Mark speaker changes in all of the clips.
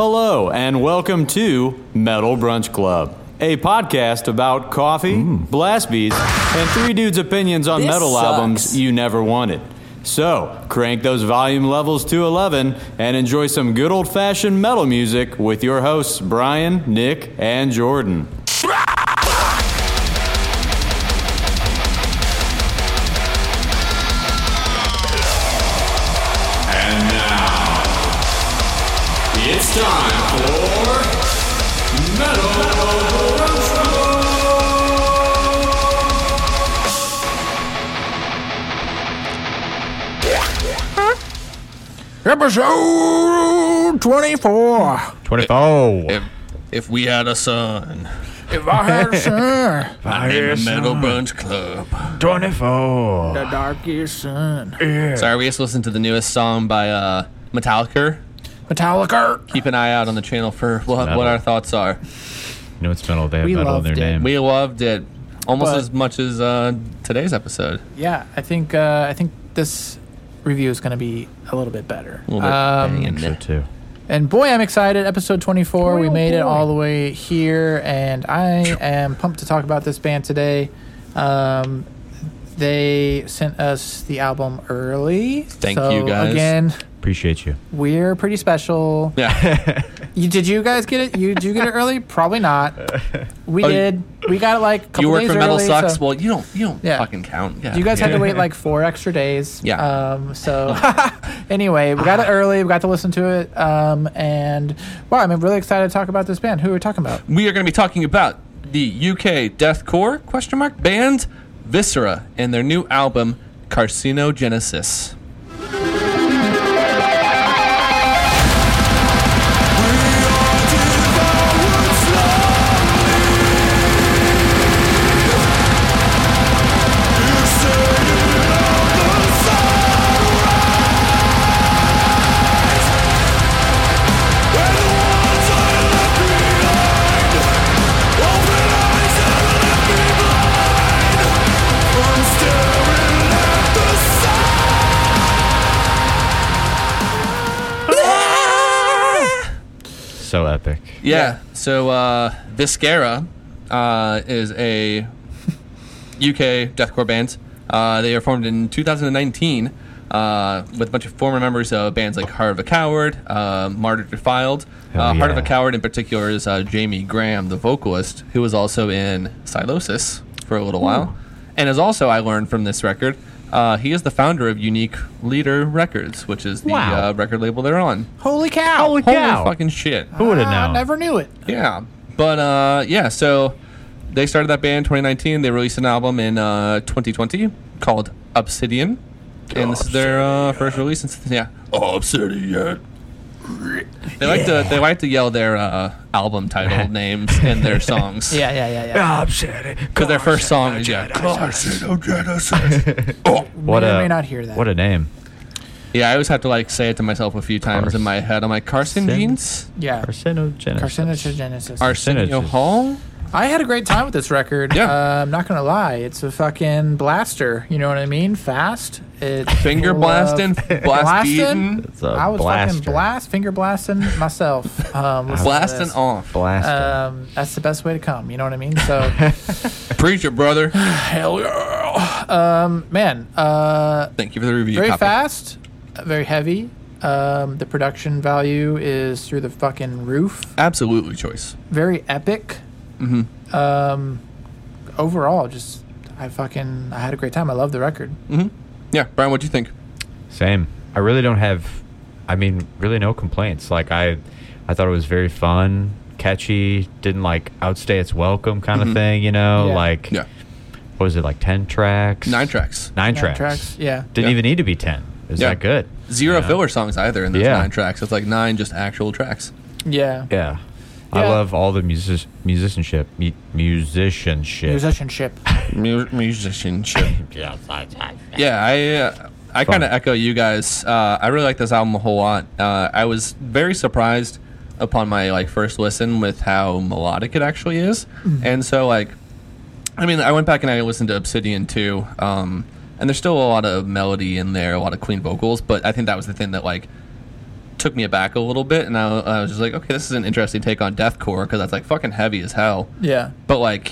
Speaker 1: Hello, and welcome to Metal Brunch Club, a podcast about coffee, blast beats, and three dudes' opinions on
Speaker 2: This
Speaker 1: metal
Speaker 2: sucks.
Speaker 1: albums you never wanted. So, crank those volume levels to 11 and enjoy some good old fashioned metal music with your hosts, Brian, Nick, and Jordan.
Speaker 3: And now, it's time for Metal
Speaker 4: Episode 24.
Speaker 5: If, if we had a son,
Speaker 4: If I had a son,
Speaker 5: I'd name him Metal Brunch Club.
Speaker 4: the darkest sun.
Speaker 5: Sorry, we just listened to the newest song by uh, Metallica.
Speaker 4: Metallica.
Speaker 5: Keep an eye out on the channel for what, what our thoughts are.
Speaker 6: You know it's metal. They have
Speaker 4: We
Speaker 6: metal in their
Speaker 4: loved it.
Speaker 6: name.
Speaker 5: We loved it almost
Speaker 4: But-
Speaker 5: as much as uh, today's episode.
Speaker 4: Yeah, I think uh, I think this review is going to be a little bit better.
Speaker 5: A little bit
Speaker 4: um,
Speaker 5: banging.
Speaker 6: so too.
Speaker 4: and boy, I'm excited. Episode 24. we
Speaker 7: oh
Speaker 4: made it
Speaker 7: boy.
Speaker 4: all the way here, and I am pumped to talk about this band today. Um, they sent us the album early.
Speaker 5: Thank
Speaker 4: so
Speaker 5: you, guys.
Speaker 4: Again,
Speaker 6: Appreciate you.
Speaker 4: we're pretty special.
Speaker 5: Yeah,
Speaker 4: You, did you guys get it? You did you get it early? Probably not. We
Speaker 5: Oh, you-
Speaker 4: did. We got it like a couple
Speaker 5: you work
Speaker 4: days
Speaker 5: for Metal
Speaker 4: early,
Speaker 5: Sucks.
Speaker 4: so-
Speaker 5: Well, you don't you don't
Speaker 4: Yeah.
Speaker 5: fucking count. Yeah.
Speaker 4: you guys
Speaker 5: yeah.
Speaker 4: had to wait like four extra days.
Speaker 5: Yeah.
Speaker 4: Um, so anyway, we got it early. We got to listen to it. Um, and wow, I'm really excited to talk about this band. Who are we talking about?
Speaker 5: We are going to be talking about the UK deathcore question mark band Viscera and their new album Carcinogenesis.
Speaker 6: So epic.
Speaker 5: Yeah. So uh, Viscera uh, is a UK deathcore band. Uh, they were formed in 2019 uh, with a bunch of former members of bands like Heart of a Coward, uh, Martyr Defiled.
Speaker 6: Hell
Speaker 5: uh, Heart of a
Speaker 6: yeah.
Speaker 5: Coward in particular is uh, Jamie Graham, the vocalist, who was also in Silosis for a little while. And is also, I learned from this record, uh, he is the founder of Unique Leader Records, which is the
Speaker 6: Wow.
Speaker 5: uh, record label they're on.
Speaker 4: Holy cow! Holy
Speaker 5: Holy fucking shit.
Speaker 6: Who would have
Speaker 4: I
Speaker 6: known?
Speaker 4: never knew it.
Speaker 5: Yeah, but uh, yeah, so they started that band in 2019. They released an album in uh, 2020 called Obsidian, and this is their uh, first release. Since, yeah, Obsidian. They like to they like to yell their uh, album title names in their songs.
Speaker 4: Yeah, yeah, yeah, yeah.
Speaker 5: because their first song is yeah.
Speaker 6: What
Speaker 4: may or
Speaker 6: a-
Speaker 4: may not hear that.
Speaker 6: What a name.
Speaker 5: Yeah, I always have to like say it to myself a few times in my head. I'm like carcinogens,
Speaker 4: yeah.
Speaker 6: Carcinogenesis.
Speaker 4: Carcinogenesis.
Speaker 5: Arsenio
Speaker 6: Carcinogens.
Speaker 5: Hall.
Speaker 4: I had a great time with this record.
Speaker 5: Yeah.
Speaker 4: Uh, I'm not gonna lie. It's a fucking blaster. You know what I mean? Fast. It's
Speaker 5: Finger
Speaker 4: full of-
Speaker 5: blasting, blast beating,
Speaker 6: It's a
Speaker 4: I was
Speaker 6: blaster.
Speaker 4: fucking blast finger blasting myself. Um, listening to
Speaker 5: blasting
Speaker 4: this.
Speaker 5: off.
Speaker 6: Blaster.
Speaker 5: Uh,
Speaker 4: Um, that's the best way to come. You know what I mean? So,
Speaker 5: Preach it, brother.
Speaker 4: hell yeah. Um, man, uh,
Speaker 5: Thank you for the review.
Speaker 4: very
Speaker 5: copy.
Speaker 4: fast, uh, very heavy. Um, the production value is through the fucking roof.
Speaker 5: Absolutely, choice.
Speaker 4: Very epic.
Speaker 5: Mm-hmm.
Speaker 4: Um, overall, just I fucking I had a great time. I love the record.
Speaker 5: Yeah, Brian, what do you think?
Speaker 6: Same. I really don't have. I mean, really no complaints. Like I, I thought it was very fun, catchy. Didn't like outstay its welcome kind of thing. You know,
Speaker 4: Mm-hmm. Yeah.
Speaker 6: like what was it? Like ten tracks.
Speaker 5: nine tracks,
Speaker 6: Nine,
Speaker 4: Nine
Speaker 6: tracks.
Speaker 4: tracks, yeah.
Speaker 6: Didn't
Speaker 5: Yeah.
Speaker 6: even need to be ten. It was
Speaker 5: Yeah.
Speaker 6: that good.
Speaker 5: zero
Speaker 6: Yeah.
Speaker 5: filler songs either in those
Speaker 6: Yeah.
Speaker 5: nine tracks. It's like nine just actual tracks.
Speaker 4: Yeah.
Speaker 6: Yeah. I
Speaker 4: Yeah.
Speaker 6: love all the music musicianship, mu- musicianship.
Speaker 4: Musicianship.
Speaker 5: Mu- musicianship. yeah, I uh, I kind of
Speaker 6: Fun.
Speaker 5: echo you guys. Uh, I really like this album a whole lot. Uh, I was very surprised upon my like first listen with how melodic it actually is, and so like, I mean, I went back and I listened to Obsidian too, um, and there's still a lot of melody in there, a lot of clean vocals, but I think that was the thing that like took me aback a little bit, and I, I was just like, okay, this is an interesting take on deathcore because that's like fucking heavy as hell.
Speaker 4: Yeah.
Speaker 5: But like,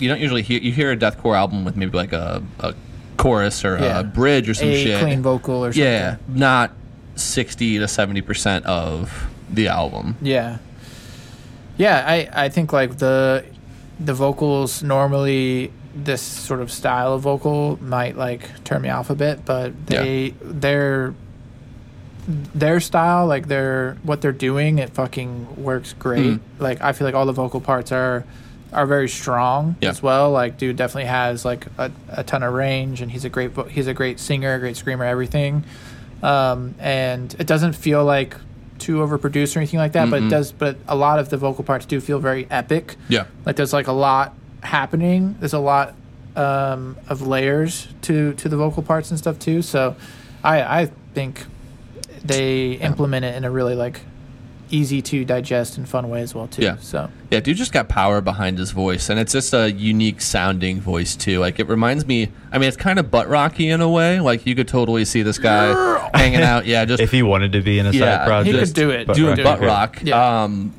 Speaker 5: you don't usually hear you hear a deathcore album with maybe like a, a chorus or
Speaker 4: Yeah.
Speaker 5: a bridge or some
Speaker 4: a
Speaker 5: shit.
Speaker 4: clean vocal or something.
Speaker 5: yeah, not sixty to seventy percent of the album.
Speaker 4: Yeah. Yeah, I, I think like the the vocals normally this sort of style of vocal might like turn me off a bit, but
Speaker 5: Yeah.
Speaker 4: they their their style, like their what they're doing, it fucking works great.
Speaker 5: Mm.
Speaker 4: Like I feel like all the vocal parts are are very strong
Speaker 5: Yeah.
Speaker 4: as well. Like dude definitely has like a, a ton of range, and he's a great vo- he's a great singer, a great screamer, everything um, and it doesn't feel like too overproduced or anything like that. But it does. But a lot of the vocal parts do feel very epic.
Speaker 5: Yeah.
Speaker 4: Like there's like a lot happening. There's a lot um, of layers to to the vocal parts and stuff too. So I I think they implement it in a really like easy to digest and fun way as well too.
Speaker 5: Yeah.
Speaker 4: So
Speaker 5: Yeah, dude just got power behind his voice, and it's just a unique sounding voice too. Like it reminds me. I mean, it's kind of butt rocky in a way. Like you could totally see this guy hanging out. Yeah, just
Speaker 6: If he wanted to be in a side
Speaker 5: Yeah,
Speaker 6: project,
Speaker 5: he could
Speaker 4: do it.
Speaker 6: but-
Speaker 5: doing
Speaker 4: rock.
Speaker 5: butt
Speaker 6: okay.
Speaker 5: rock.
Speaker 4: Yeah.
Speaker 5: Um,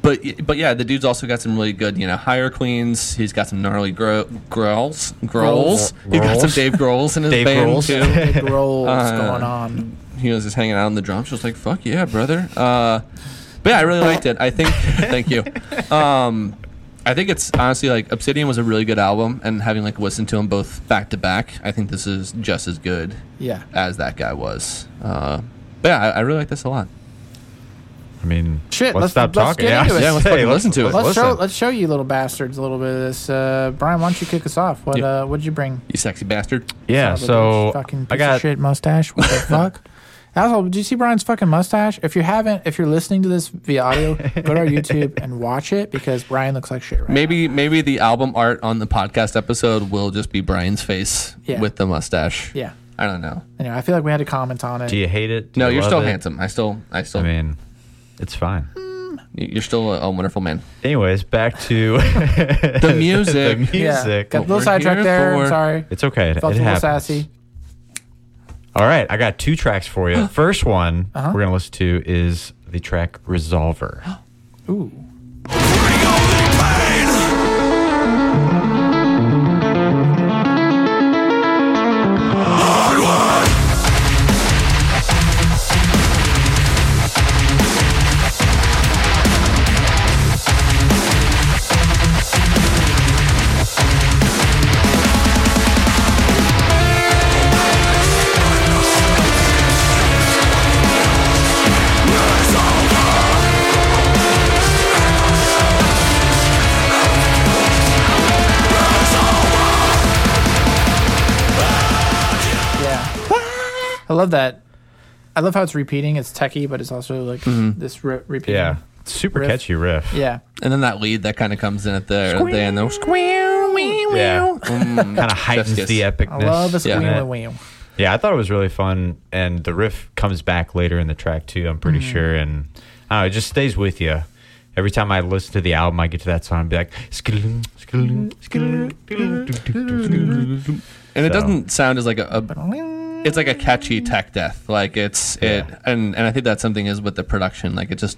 Speaker 5: but but yeah, the dude's also got some really good, you know, higher cleans. He's got some gnarly gro- growls, growls.
Speaker 6: Growls.
Speaker 5: He got some Dave Grohls in his
Speaker 6: Dave
Speaker 5: band
Speaker 6: Grohls.
Speaker 5: too.
Speaker 4: big rolls
Speaker 5: Uh,
Speaker 4: going on.
Speaker 5: He was just hanging out on the drums, just like fuck yeah, brother. Uh, but yeah, I really liked it. I think thank you. Um, I think it's honestly like Obsidian was a really good album, and having like listened to them both back to back, I think this is just as good
Speaker 4: Yeah.
Speaker 5: as that guy was. Uh, but yeah, I, I really like this a lot.
Speaker 6: I mean,
Speaker 4: Shit,
Speaker 6: Let's
Speaker 4: let's-
Speaker 6: stop
Speaker 4: let's
Speaker 6: talking.
Speaker 4: get into it.
Speaker 6: I
Speaker 4: Yeah,
Speaker 5: let's
Speaker 6: say,
Speaker 5: fucking listen to it.
Speaker 4: Let's show,
Speaker 6: listen.
Speaker 4: let's show you little bastards a little bit of this. Uh, Brian, why don't you kick us off? What
Speaker 5: Yeah.
Speaker 4: uh, what'd you bring?
Speaker 5: You sexy bastard.
Speaker 4: Son of
Speaker 6: Yeah,
Speaker 4: a bitch.
Speaker 6: so
Speaker 4: fucking piece
Speaker 6: I got
Speaker 4: of shit mustache. What the fuck? Asshole, did you see Brian's fucking mustache? If you haven't, if you're listening to this via audio, go to our YouTube and watch it because Brian looks like shit right
Speaker 5: Maybe maybe the album art on the podcast episode will just be Brian's face
Speaker 4: Yeah.
Speaker 5: with the mustache.
Speaker 4: now. Yeah.
Speaker 5: I don't know.
Speaker 4: Anyway, I feel like we had to comment on it.
Speaker 6: Do you hate it? Do
Speaker 5: No,
Speaker 6: you
Speaker 5: you're
Speaker 6: love
Speaker 5: still
Speaker 6: it?
Speaker 5: handsome. I still I still
Speaker 6: I mean, it's fine.
Speaker 5: you're still a, a wonderful man.
Speaker 6: Anyways, back to
Speaker 5: The music.
Speaker 6: the
Speaker 4: Yeah.
Speaker 6: music.
Speaker 4: Got a
Speaker 5: What
Speaker 4: little
Speaker 5: we're
Speaker 4: sidetracked
Speaker 5: here
Speaker 4: there.
Speaker 5: for.
Speaker 4: I'm sorry.
Speaker 6: It's okay. It,
Speaker 4: Felt
Speaker 6: it
Speaker 4: a little
Speaker 6: happens.
Speaker 4: sassy.
Speaker 6: All right, I got two tracks for you. First one
Speaker 4: Uh-huh.
Speaker 6: we're gonna listen to is the track Resolver.
Speaker 4: Ooh. Yeah. I love that. I love how it's repeating. It's techie, but it's also like this re- repeating.
Speaker 6: Mm-hmm. Yeah, super
Speaker 4: Riff.
Speaker 6: catchy riff.
Speaker 4: Yeah.
Speaker 5: And then that lead that kind of comes in at the at the end. The squeal, wee, wee.
Speaker 6: Yeah.
Speaker 5: Mm.
Speaker 6: Kind of heightens
Speaker 5: yes.
Speaker 6: the
Speaker 4: I
Speaker 6: epicness.
Speaker 4: love a
Speaker 5: Yeah.
Speaker 4: squeal and wheel.
Speaker 6: Yeah, I thought it was really fun, and the riff comes back later in the track too. I'm pretty
Speaker 5: Mm-hmm.
Speaker 6: sure, and I don't know, it just stays with you. Every time I listen to the album, I get to that song, and be like, "Skidoo, skidoo, skidoo, doo, doo, doo, doo, doo, doo."
Speaker 5: And it
Speaker 6: So.
Speaker 5: doesn't sound as like a, a it's like a catchy tech death. Like it's
Speaker 6: Yeah.
Speaker 5: it and and I think that's something is with the production. Like it's just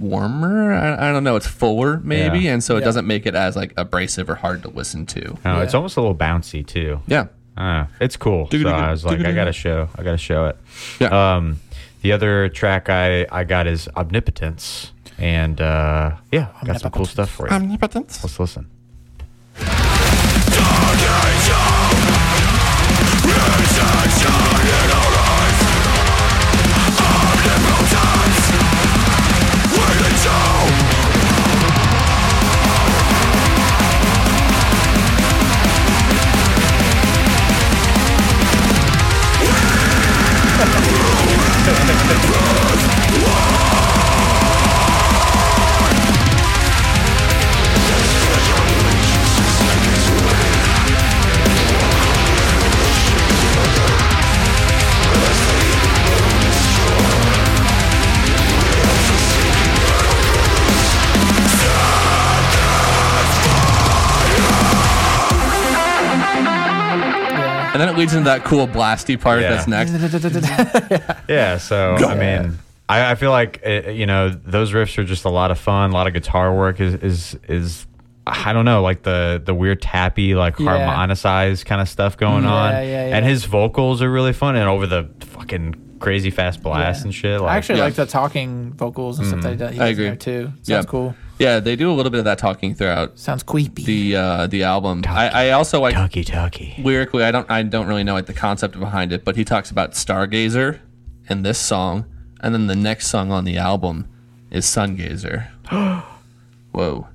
Speaker 5: warmer. I, I don't know. It's fuller maybe,
Speaker 6: Yeah.
Speaker 5: and so it
Speaker 4: Yeah.
Speaker 5: doesn't make it as like abrasive or hard to listen to.
Speaker 6: I don't know, It's
Speaker 4: Yeah.
Speaker 6: almost a little bouncy too.
Speaker 5: Yeah.
Speaker 6: Uh, it's cool. So I was like, I gotta show, I gotta show it.
Speaker 5: Yeah.
Speaker 6: Um, the other track I I got is Omnipotence, and uh, yeah, got some cool stuff for you.
Speaker 5: Omnipotence.
Speaker 6: Let's listen.
Speaker 4: Yeah.
Speaker 5: And then it leads into that cool blasty part
Speaker 6: Yeah.
Speaker 5: that's next.
Speaker 6: Yeah, so I mean, I, I feel like uh, you know those riffs are just a lot of fun. A lot of guitar work is is is I don't know like the the weird tappy like
Speaker 4: Yeah.
Speaker 6: harmonicized kind of stuff going on.
Speaker 4: yeah, yeah.
Speaker 6: And his vocals are really fun and over the fucking crazy fast blast and shit. Like,
Speaker 4: I actually
Speaker 5: Yeah. Mm.
Speaker 4: like the talking vocals and stuff that he does, he does
Speaker 5: I
Speaker 4: in
Speaker 5: agree.
Speaker 4: there too. Sounds
Speaker 5: Yeah.
Speaker 4: cool.
Speaker 5: Yeah, they do a little bit of that talking throughout
Speaker 4: Sounds creepy.
Speaker 5: the uh, the album. I, I also like
Speaker 6: talkie talkie.
Speaker 5: lyrically. I don't I don't really know like the concept behind it, but he talks about stargazer in this song, and then the next song on the album is sungazer. Whoa.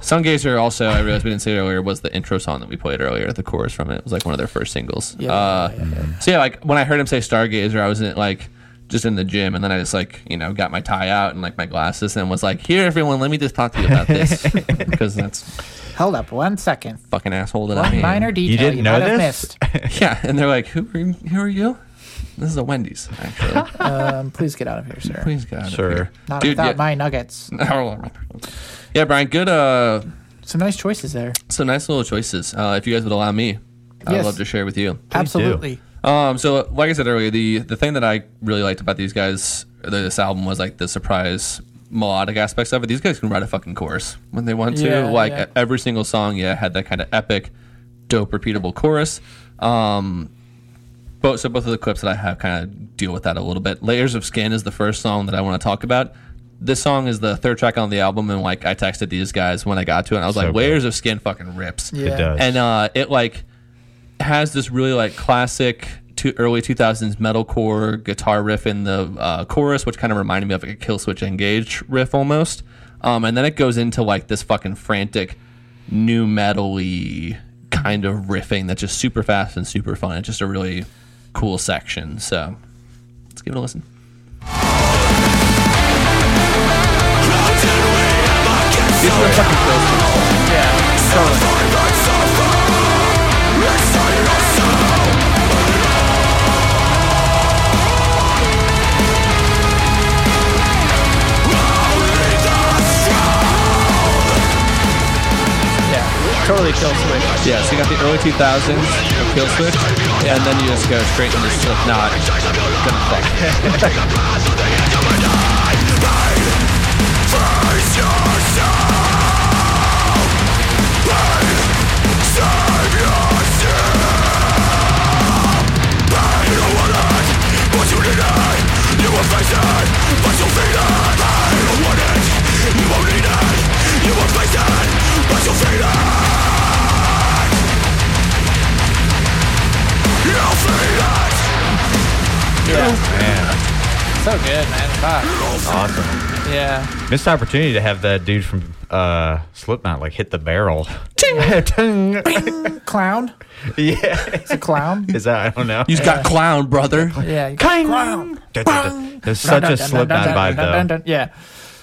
Speaker 5: Sungazer also, I realized we didn't say earlier, was the intro song that we played earlier, the chorus from it. It was like one of their first singles.
Speaker 4: Yeah,
Speaker 5: uh,
Speaker 4: yeah, yeah,
Speaker 5: So yeah, like when I heard him say Stargazer, I was in, like just in the gym, and then I just like you know got my tie out and like my glasses, and was like, "Here, everyone, let me just talk to you about this," because that's
Speaker 4: Hold up one second.
Speaker 5: fucking asshole that I
Speaker 4: One
Speaker 5: am.
Speaker 4: minor detail you,
Speaker 6: didn't know
Speaker 4: might have
Speaker 6: this?
Speaker 4: missed.
Speaker 5: Yeah, and they're like, "Who are you? Who are you?" This is a Wendy's, actually.
Speaker 4: um, please get out of here, sir.
Speaker 5: Please God,
Speaker 6: Sir.
Speaker 4: Not
Speaker 5: Dude,
Speaker 4: without
Speaker 5: yeah.
Speaker 4: my nuggets.
Speaker 5: Yeah, Brian, good. Uh,
Speaker 4: Some nice choices there.
Speaker 5: some nice little choices. Uh, if you guys would allow me, I'd
Speaker 4: Yes.
Speaker 5: love to share with you.
Speaker 4: Absolutely.
Speaker 5: Um, so like I said earlier, the the thing that I really liked about these guys, or this album, was like the surprise melodic aspects of it. These guys can write a fucking chorus when they want to.
Speaker 4: Yeah,
Speaker 5: like
Speaker 4: yeah.
Speaker 5: every single song, yeah, had that kind of epic, dope, repeatable chorus. Um, both so both of the clips that I have kind of deal with that a little bit. Layers of Skin is the first song that I want to talk about. This song is the third track on the album, and like I texted these guys when I got to it, and I was
Speaker 6: So
Speaker 5: like,
Speaker 6: good.
Speaker 5: "Layers of Skin fucking rips."
Speaker 4: Yeah.
Speaker 6: It does.
Speaker 5: and uh, it like has this really like classic to early 2000s metalcore guitar riff in the uh, chorus which kind of reminded me of like a kill switch engage riff almost um, and then it goes into like this fucking frantic new metally kind of riffing that's just super fast and super fun it's just a really cool section so let's give it a listen These are fucking close to-
Speaker 4: Yeah. Totally kill switch.
Speaker 5: Yeah, so you got the early 2000s of Kill Switch, and then you just go straight into Slipknot. Gonna fuck.
Speaker 4: So good, man. Fuck.
Speaker 6: awesome.
Speaker 4: Yeah.
Speaker 6: Missed opportunity to have that dude from uh, Slipknot like hit the barrel. Ting.
Speaker 4: Clown.
Speaker 6: yeah.
Speaker 4: It's a clown.
Speaker 6: Is that I don't know.
Speaker 5: You just got clown, brother.
Speaker 4: Yeah. you-
Speaker 6: Clown. There's
Speaker 4: Dun, dun, dun,
Speaker 6: such a
Speaker 4: dun,
Speaker 6: Slipknot
Speaker 4: dun, dun,
Speaker 6: vibe
Speaker 4: dun,
Speaker 6: though.
Speaker 4: dun. Yeah.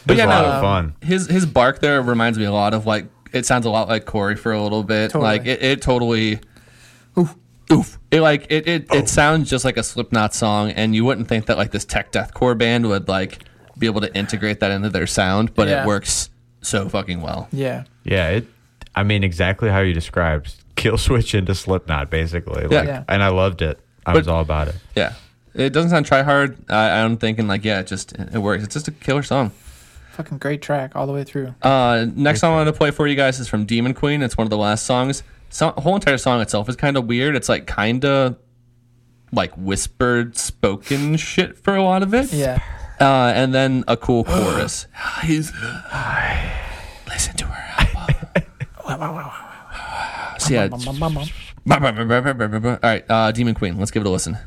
Speaker 6: But
Speaker 5: yeah,
Speaker 6: yeah,
Speaker 5: no,
Speaker 6: no,
Speaker 5: um,
Speaker 6: fun.
Speaker 5: His his bark there reminds me a lot of like it sounds a lot like Corey for a little bit.
Speaker 4: Totally.
Speaker 5: Like it, it totally oof oof. It like it it, it sounds just like a Slipknot song, and you wouldn't think that like this tech deathcore band would like be able to integrate that into their sound, but
Speaker 4: Yeah.
Speaker 5: it works so fucking well.
Speaker 4: Yeah.
Speaker 6: Yeah, it. I mean, exactly how you described kill switch into Slipknot, basically. Like,
Speaker 5: Yeah.
Speaker 6: And I loved it. I was all about it.
Speaker 5: Yeah. It doesn't sound try hard. I, I'm thinking like, yeah, it just it works. It's just a killer song.
Speaker 4: Fucking great track all the way through.
Speaker 5: Uh, next song I want to play for you guys is from Demon Queen. It's one of the last songs. So, whole entire song itself is kind of weird. It's like kind of like whispered spoken shit for a lot of it.
Speaker 4: Yeah.
Speaker 5: Uh, and then a cool chorus. He's listen to her. album. so yeah. it's- All right, uh, Demon Queen. Let's give it a listen.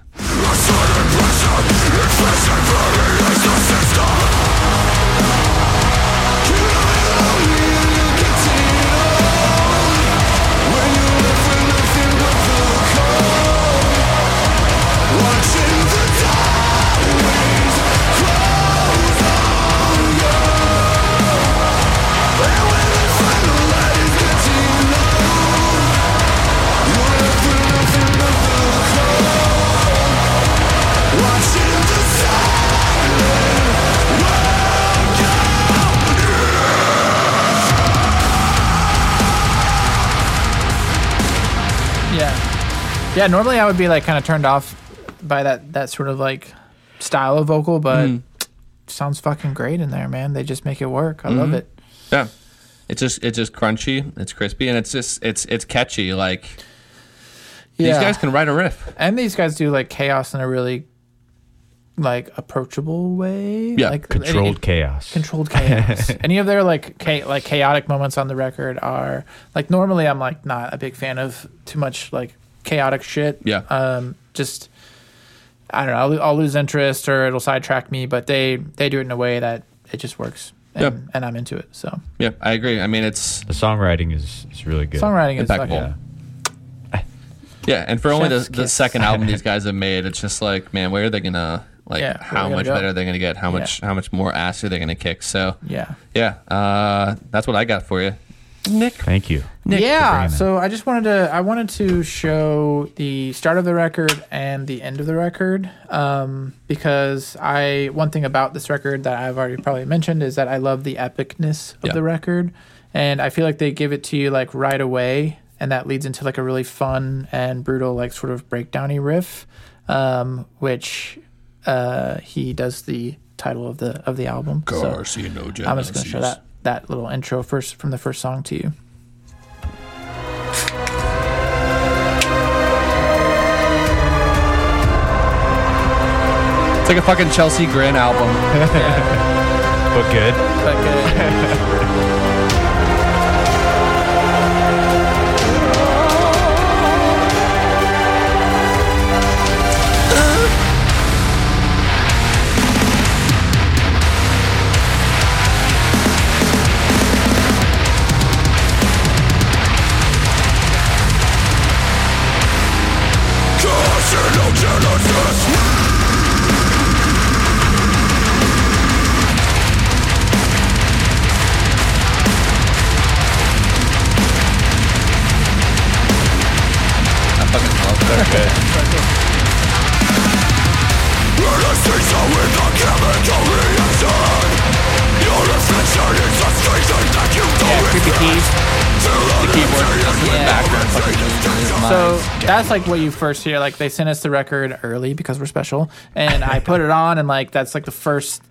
Speaker 4: Yeah. Yeah, normally
Speaker 5: Hmm.
Speaker 4: I would be like kind of turned off by that that sort of like style of vocal, but sounds fucking great in there, man. They just make it work. I love
Speaker 5: Mm-hmm.
Speaker 4: it.
Speaker 5: Yeah. It's just it's just crunchy, it's crispy, and it's just it's it's catchy. Like
Speaker 4: Yeah.
Speaker 5: these guys can write a riff.
Speaker 4: and these guys do like chaos in a really like approachable way.
Speaker 5: Yeah,
Speaker 4: like
Speaker 6: Controlled
Speaker 4: it- it-
Speaker 6: chaos.
Speaker 4: Controlled chaos. Any of their like cha- like chaotic moments on the record are like normally I'm like not a big fan of too much like chaotic shit.
Speaker 5: Yeah.
Speaker 4: Um, just I don't know. I'll, lo- I'll lose interest or it'll sidetrack me. But they they do it in a way that it just works. And,
Speaker 5: Yeah.
Speaker 4: and I'm into it. So
Speaker 5: Yeah, I agree. I mean it's
Speaker 6: the songwriting is, is really good.
Speaker 4: songwriting is
Speaker 5: Impactful.
Speaker 4: fucking
Speaker 6: Yeah.
Speaker 5: yeah, and for only the,
Speaker 4: Chef's
Speaker 5: the
Speaker 4: kiss.
Speaker 5: second album these guys have made, it's just like, man, where are they gonna like
Speaker 4: Yeah, where are
Speaker 5: how
Speaker 4: they gonna
Speaker 5: much
Speaker 4: go?
Speaker 5: better are they gonna get? How much how much more ass are they gonna kick? So
Speaker 4: yeah.
Speaker 5: yeah, uh, that's what I got for you. Nick
Speaker 6: Thank you.
Speaker 4: yeah.
Speaker 6: bringing that.
Speaker 4: So I just wanted to I wanted to show the start of the record and the end of the record um, because I one thing about this record that I've already probably mentioned is that I love the epicness of
Speaker 5: Yeah.
Speaker 4: the record, and I feel like they give it to you like right away, and that leads into like a really fun and brutal like sort of breakdowny riff, um, which uh, he does the title of the of the album. So
Speaker 5: Carcinogenesis.
Speaker 4: I'm just gonna show that that little intro first from the first song to you.
Speaker 5: It's like a fucking Chelsea Grin album.
Speaker 6: But good.
Speaker 4: But good.
Speaker 5: I fucking love that. Yeah, creepy keys. The keyboard just in the background fucking loses his
Speaker 4: So
Speaker 5: mind.
Speaker 4: that's like what you first hear. Like they sent us the record early because we're special, and I put it on, and like that's like the first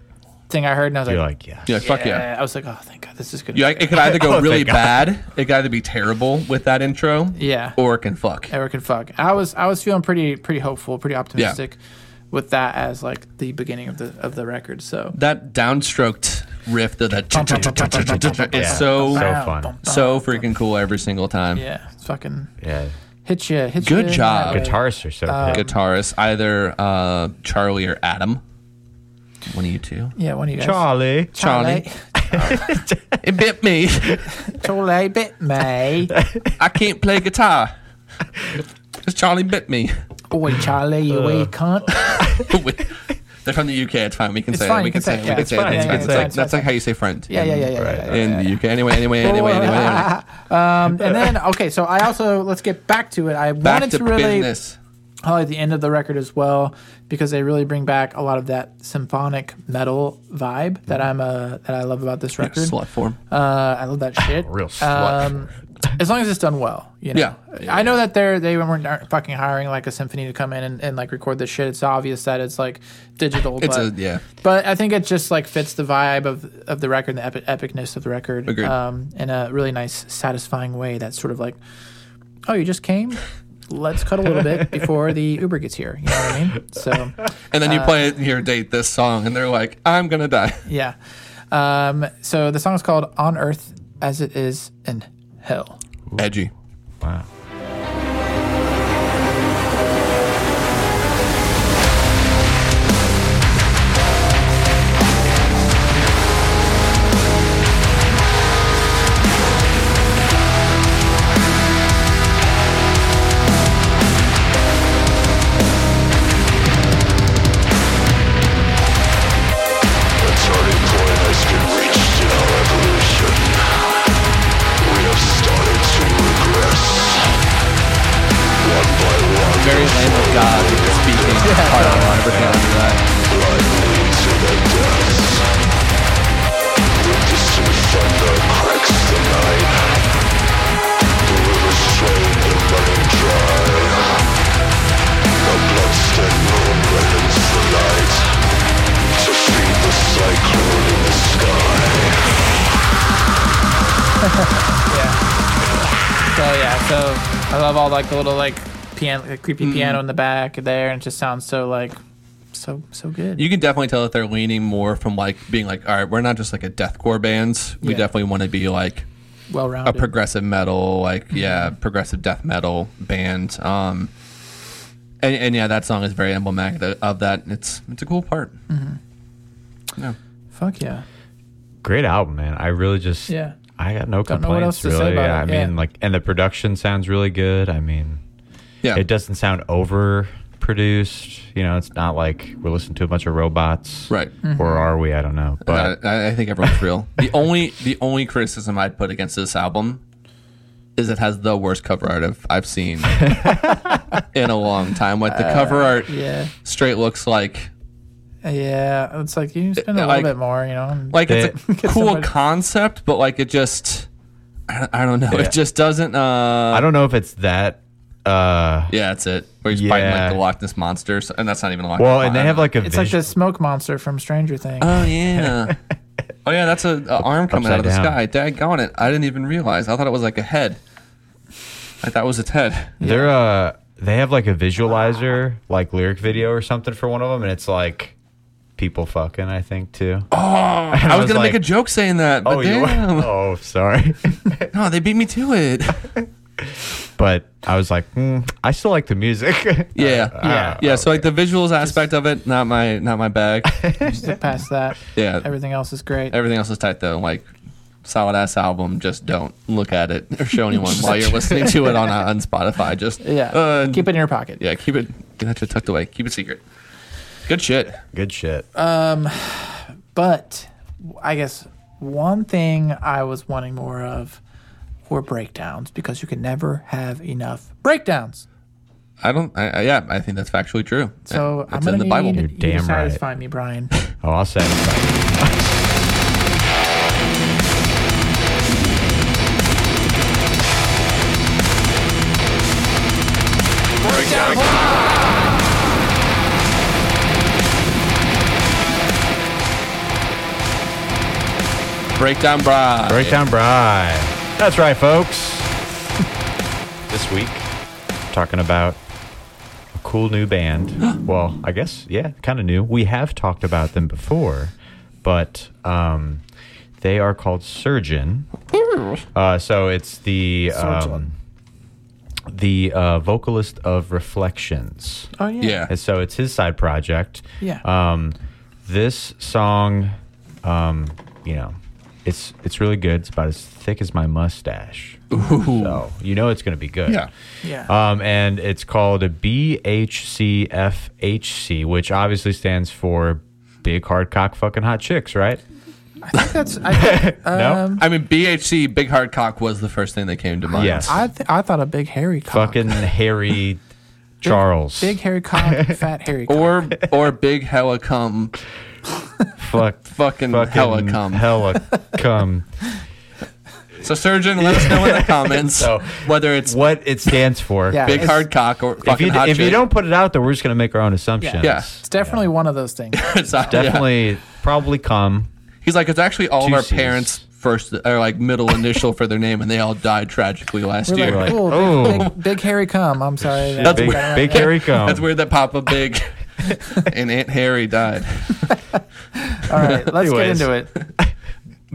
Speaker 4: thing I heard, and I was
Speaker 6: You're
Speaker 4: like,
Speaker 6: like, yes.
Speaker 5: yeah, fuck yeah.
Speaker 4: I was like, oh, thank God, this is good.
Speaker 5: Yeah, it could either go
Speaker 6: Oh,
Speaker 5: really
Speaker 6: thank God.
Speaker 5: bad. It could either be terrible with that intro.
Speaker 4: Yeah.
Speaker 5: Or it can fuck.
Speaker 4: Ever can fuck. I was I was feeling pretty pretty hopeful, pretty optimistic, with that as like the beginning of the of the record. So
Speaker 5: That downstroked riff that that
Speaker 6: Yeah.
Speaker 5: it's so
Speaker 6: So fun.
Speaker 5: so freaking cool every single time.
Speaker 4: Yeah, it's fucking
Speaker 6: Yeah.
Speaker 4: hits you. Hits
Speaker 5: Good
Speaker 4: you
Speaker 5: job.
Speaker 4: right away.
Speaker 6: Guitarists are so
Speaker 4: Uh,
Speaker 6: good.
Speaker 5: Guitarist either uh, Charlie or Adam. One of you two.
Speaker 4: Yeah, one of you guys.
Speaker 6: Charlie.
Speaker 5: Charlie. It bit me.
Speaker 4: Charlie bit me.
Speaker 5: I can't play guitar. 'Cause Charlie bit me.
Speaker 4: Oi, Charlie, you
Speaker 6: Uh.
Speaker 4: wee cunt.
Speaker 5: They're from the UK. It's fine. We can
Speaker 4: It's
Speaker 5: say
Speaker 4: fine,
Speaker 5: that. We
Speaker 4: you can
Speaker 5: can say
Speaker 4: say
Speaker 5: it.
Speaker 4: it,
Speaker 5: We
Speaker 4: yeah.
Speaker 5: can
Speaker 4: It's
Speaker 5: say
Speaker 4: fine,
Speaker 5: it.
Speaker 4: it's fine,
Speaker 5: It's
Speaker 4: it's
Speaker 5: like
Speaker 4: fine,
Speaker 5: that's
Speaker 4: it's
Speaker 5: like how you say friend.
Speaker 4: Yeah, yeah, yeah, yeah,
Speaker 6: Right,
Speaker 4: yeah, yeah.
Speaker 5: in the UK. Anyway, anyway, anyway, anyway, anyway.
Speaker 4: Um, and then okay, so I also let's get back to it. I
Speaker 5: Back
Speaker 4: wanted to,
Speaker 5: to
Speaker 4: really
Speaker 5: business.
Speaker 4: highlight the end of the record as well because they really bring back a lot of that symphonic metal vibe that I'm uh, that I love about this record.
Speaker 5: Slut form.
Speaker 4: Uh, I love that shit.
Speaker 6: Real slut.
Speaker 4: Um, as long as it's done well, you know.
Speaker 5: Yeah. Yeah,
Speaker 4: I know that they're they weren't aren't fucking hiring like a symphony to come in and, and like record this shit. It's obvious that it's like digital.
Speaker 5: It's a
Speaker 4: but,
Speaker 5: yeah.
Speaker 4: But I think it just like fits the vibe of of the record, the epi- epicness of the record,
Speaker 5: Agreed.
Speaker 4: um, in a really nice, satisfying way. That's sort of like, oh, you just came. Let's cut a little bit before the Uber gets here. You know what I mean? So
Speaker 5: And then you
Speaker 4: uh,
Speaker 5: play it your date this song, and they're like, "I'm gonna die."
Speaker 4: yeah. Um, so the song is called "On Earth as It Is in Hell."
Speaker 5: Edgy.
Speaker 6: Wow.
Speaker 2: The turning point has been reached in our evolution. We have started to regress. One by one,
Speaker 5: Very Lamb of God speaking. Part of everything under that.
Speaker 2: blood leads to their deaths. Witnessing thunder cracks the night. The river's strained and running dry. The bloodstained moon rends the light to feed the sight.
Speaker 4: yeah. So yeah, so I love all like the little like piano, like, creepy
Speaker 5: Mm-hmm.
Speaker 4: piano in the back there, and it just sounds so like so so good.
Speaker 5: You can definitely tell that they're leaning more from like being like, all right, we're not just like a deathcore band. We
Speaker 4: Yeah.
Speaker 5: definitely want to be like
Speaker 4: well
Speaker 5: a
Speaker 4: rounded.
Speaker 5: progressive metal, like yeah, progressive death metal band. Um, and, and yeah, that song is very emblematic tho- of that. It's it's a cool part.
Speaker 4: Fuck yeah.
Speaker 6: Great album, man. I really just
Speaker 4: Yeah.
Speaker 6: I got no
Speaker 4: Don't
Speaker 6: complaints.
Speaker 4: know what else to say
Speaker 6: really,
Speaker 4: about
Speaker 6: I
Speaker 4: it,
Speaker 6: mean,
Speaker 4: yeah.
Speaker 6: like, and the production sounds really good. I mean,
Speaker 5: Yeah,
Speaker 6: it doesn't sound over produced. You know, it's not like we're listening to a bunch of robots,
Speaker 5: Right.
Speaker 4: Mm-hmm.
Speaker 6: Or are we? I don't know. But
Speaker 5: Uh, I, I think everyone's real. The only the only criticism I'd put against this album is it has the worst cover art I've, I've seen in a long time. Like the cover art
Speaker 4: Yeah.
Speaker 5: straight looks like
Speaker 4: Yeah. It's like you spend a little
Speaker 5: like-
Speaker 4: bit more, you know. and-
Speaker 5: like it's a
Speaker 4: Get
Speaker 5: cool
Speaker 4: somebody-
Speaker 5: concept, but like it just I don't, I don't know.
Speaker 6: Yeah.
Speaker 5: It just doesn't. Uh,
Speaker 6: I don't know if it's that. Uh,
Speaker 5: yeah, that's it. Where he's fighting
Speaker 6: Yeah.
Speaker 5: like the Loch Ness monster, so- and that's not even a Loch.
Speaker 6: well,
Speaker 5: Ness
Speaker 6: and they
Speaker 5: Mon-
Speaker 6: have like a
Speaker 4: it's like
Speaker 6: vision.
Speaker 4: the smoke monster from Stranger Things.
Speaker 5: Oh yeah. oh yeah, that's a, a arm coming out of the
Speaker 6: Upside down.
Speaker 5: sky. Daggone it! I didn't even realize. I thought it was like a head. Like that was its head.
Speaker 6: They're uh they have like a visualizer, like lyric video or something for one of them, and it's like people fucking. I think too. Oh,
Speaker 5: I was, gonna make a joke saying that, but
Speaker 6: Oh, you
Speaker 5: damn,
Speaker 6: oh, sorry.
Speaker 5: no, they beat me to it.
Speaker 6: but I was like, hmm, I still like the music. Uh, oh,
Speaker 5: Yeah,
Speaker 6: Yeah.
Speaker 5: yeah. So like the visuals aspect of it, not my, not my bag.
Speaker 4: Just look past that.
Speaker 5: Uh-huh. Yeah,
Speaker 4: Everything else is great.
Speaker 5: everything else is tight though. Like solid ass album, just don't look at it or show anyone while you're listening to it on uh, on Spotify. Just
Speaker 4: yeah.
Speaker 5: uh,
Speaker 4: Keep it in your pocket.
Speaker 5: yeah, keep it, get that shit tucked away, keep it secret. Good shit.
Speaker 6: Good shit. Oh,
Speaker 4: But I guess one thing I was wanting more of were breakdowns because you can never have enough breakdowns.
Speaker 5: I don't. I, I, yeah, I think that's factually true.
Speaker 4: So
Speaker 5: it's
Speaker 4: I'm gonna
Speaker 5: in the
Speaker 4: need
Speaker 5: Bible.
Speaker 4: you
Speaker 6: You're damn
Speaker 4: to
Speaker 6: right.
Speaker 4: satisfy me, Brian.
Speaker 6: oh, I'll say.
Speaker 5: Breakdown, bra.
Speaker 6: Breakdown Bry. That's right, folks. this week, talking about a cool new band. well, I guess, yeah, kind of new. We have talked about them before, but um, they are called Surgeon. Uh, so it's the um, the uh, vocalist of Reflections.
Speaker 4: Oh yeah.
Speaker 5: Yeah.
Speaker 6: And so it's his side project.
Speaker 4: Yeah.
Speaker 6: Um, this song, um, you know, it's it's really good. It's about as thick as my mustache. So you know it's gonna be good.
Speaker 5: Yeah.
Speaker 4: Yeah.
Speaker 6: Um, and it's called a BHCFHC, which obviously stands for Big Hard Cock Fucking Hot Chicks, right?
Speaker 4: I think that's. I, think,
Speaker 6: no.
Speaker 5: I mean, BHC, Big Hard Cock, was the first thing that came to mind.
Speaker 6: Yes.
Speaker 4: Um, I, th- I thought a big hairy cock.
Speaker 6: Fucking hairy Charles.
Speaker 4: Big hairy cock, fat hairy cock.
Speaker 5: Or or Big Hella Cum.
Speaker 6: fuck.
Speaker 5: Fucking,
Speaker 6: Fucking
Speaker 5: Hella Cum.
Speaker 6: Hella cum.
Speaker 5: so, Surgeon, let us know in the comments
Speaker 6: So-
Speaker 5: whether it's
Speaker 6: What it stands for.
Speaker 4: Yeah.
Speaker 5: Big
Speaker 4: It's-
Speaker 5: Hard Cock or
Speaker 6: if
Speaker 5: fucking
Speaker 6: you,
Speaker 5: Hot
Speaker 6: if you
Speaker 5: Chick.
Speaker 6: don't put it out there, we're just gonna make our own assumptions.
Speaker 5: Yeah.
Speaker 4: It's definitely one of those things.
Speaker 5: It's not- yeah.
Speaker 6: Definitely, probably come.
Speaker 5: He's like, it's actually all of
Speaker 6: Two
Speaker 5: our
Speaker 6: Cs.
Speaker 5: parents' first, or like middle initial for their name, and they all died tragically last
Speaker 4: We're
Speaker 5: year.
Speaker 4: like,
Speaker 6: Right.
Speaker 4: cool,
Speaker 6: Oh.
Speaker 4: big, big, big hairy cum. I'm sorry.
Speaker 6: That's big,
Speaker 4: Got it
Speaker 6: big
Speaker 4: right.
Speaker 6: Harry come.
Speaker 5: That's weird that Papa Big and Aunt Harry died.
Speaker 4: All right, let's get
Speaker 6: Anyways.
Speaker 4: into it.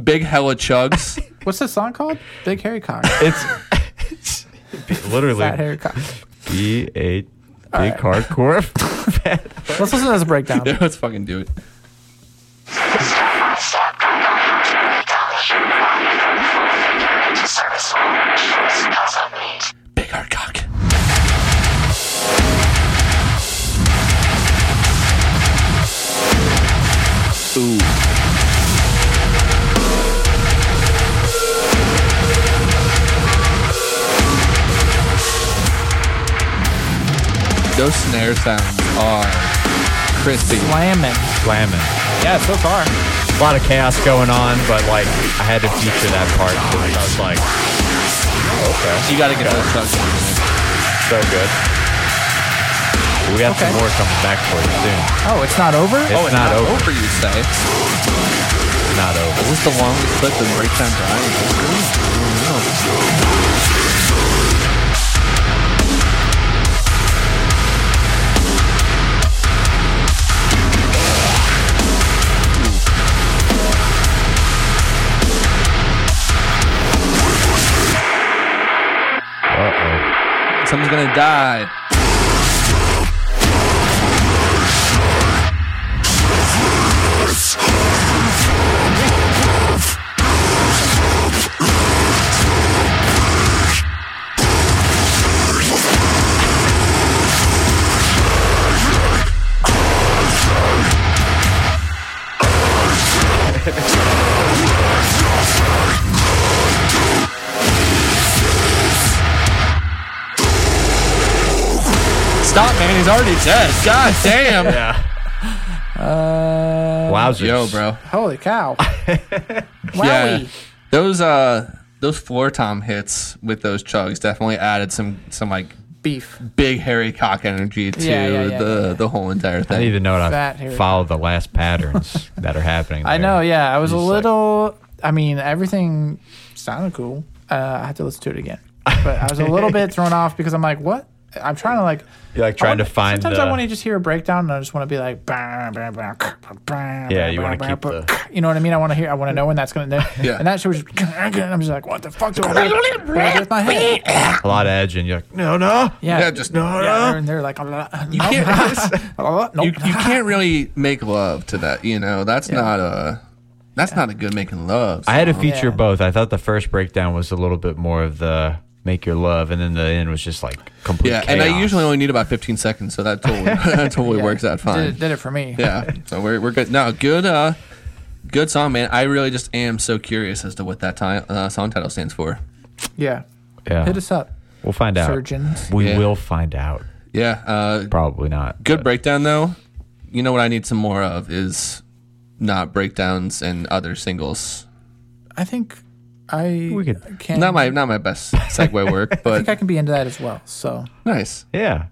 Speaker 5: Big Hella Chugs.
Speaker 4: What's this song called? Big hairy cock,
Speaker 6: It's
Speaker 4: fat
Speaker 6: literally
Speaker 4: hairy cock.
Speaker 6: be a big hardcore.
Speaker 4: Let's listen to this breakdown.
Speaker 5: Yeah, Let's fucking do it. Big hard cock. Ooh. Those snare sounds are crispy.
Speaker 4: Slamming.
Speaker 6: Slamming.
Speaker 4: Yeah, so far.
Speaker 6: A lot of chaos going on, but like I had to feature that part because I was like, okay,
Speaker 5: You gotta get those chugs. in there.
Speaker 6: so good. We got some
Speaker 4: Okay.
Speaker 6: more coming back for you soon.
Speaker 4: Oh, it's not over.
Speaker 6: It's not, over.
Speaker 5: you say.
Speaker 6: It's not over.
Speaker 5: Is this the longest clip in Breakdown Drive? Someone's gonna die. Stop, man. He's already dead. God damn.
Speaker 4: Uh,
Speaker 6: Wowzers.
Speaker 5: Yo, bro.
Speaker 4: Holy cow!
Speaker 5: Yeah.
Speaker 4: Wowie.
Speaker 5: Those uh those floor tom hits with those chugs definitely added some some like
Speaker 4: Beef.
Speaker 5: big hairy cock energy to
Speaker 4: Yeah, yeah, yeah,
Speaker 5: the
Speaker 4: yeah, yeah.
Speaker 5: the whole entire
Speaker 6: I didn't
Speaker 5: thing.
Speaker 6: even know
Speaker 4: Fat
Speaker 6: I
Speaker 4: hair.
Speaker 6: followed the last patterns that are happening.
Speaker 4: I
Speaker 6: there.
Speaker 4: know. Yeah, I was a
Speaker 6: Just like-
Speaker 4: little. I mean, everything sounded cool. Uh, I had to listen to it again, but I was a little bit thrown off because I'm like, what? I'm trying to like.
Speaker 6: You're like
Speaker 4: I
Speaker 6: trying
Speaker 4: wanna-
Speaker 6: to find.
Speaker 4: Sometimes
Speaker 6: the,
Speaker 4: I want to just hear a breakdown, and I just want to be like, "Bah, bah, bah, bah, bah,
Speaker 6: Yeah, you
Speaker 4: bah,
Speaker 6: wanna
Speaker 4: bah,
Speaker 6: keep
Speaker 4: bah,
Speaker 6: the-
Speaker 4: bah." You know what I mean? I want to hear. I want to know when that's gonna.
Speaker 5: Yeah.
Speaker 4: And that shit was just. I'm just like, what the fuck do I do with my head?
Speaker 6: a lot of edge, and you're like, no, no.
Speaker 4: Yeah.
Speaker 5: Yeah, just no.
Speaker 4: Yeah, and they're like, "Uh,
Speaker 5: You
Speaker 4: nope,
Speaker 5: can't,
Speaker 4: uh,
Speaker 5: you,
Speaker 4: nope.
Speaker 5: you can't really make love to that, you know. That's not a that's not a good making love.
Speaker 6: I had to
Speaker 5: song.
Speaker 6: feature
Speaker 4: Yeah.
Speaker 6: both. I thought the first breakdown was a little bit more of the make your love, and then the end was just like complete.
Speaker 5: yeah, and I
Speaker 6: chaos.
Speaker 5: usually only need about 15 seconds, so that totally that totally works out fine.
Speaker 4: Did, it- did it for me.
Speaker 5: yeah so we're, we're good no good uh good song man i really just am so curious as to what that ti- uh, song title stands for
Speaker 4: Yeah.
Speaker 6: yeah.
Speaker 4: Hit us up,
Speaker 6: We'll find out.
Speaker 4: surgeons.
Speaker 6: We
Speaker 5: Yeah.
Speaker 6: will find out.
Speaker 5: yeah uh
Speaker 6: Probably not.
Speaker 5: good
Speaker 6: but-
Speaker 5: breakdown though you know what i need some more of is not breakdowns and other singles
Speaker 4: I think I
Speaker 6: We could-
Speaker 4: can.
Speaker 5: not my not my best segue work
Speaker 4: I think I
Speaker 5: but
Speaker 4: can be into that as well. So
Speaker 5: nice
Speaker 6: Yeah.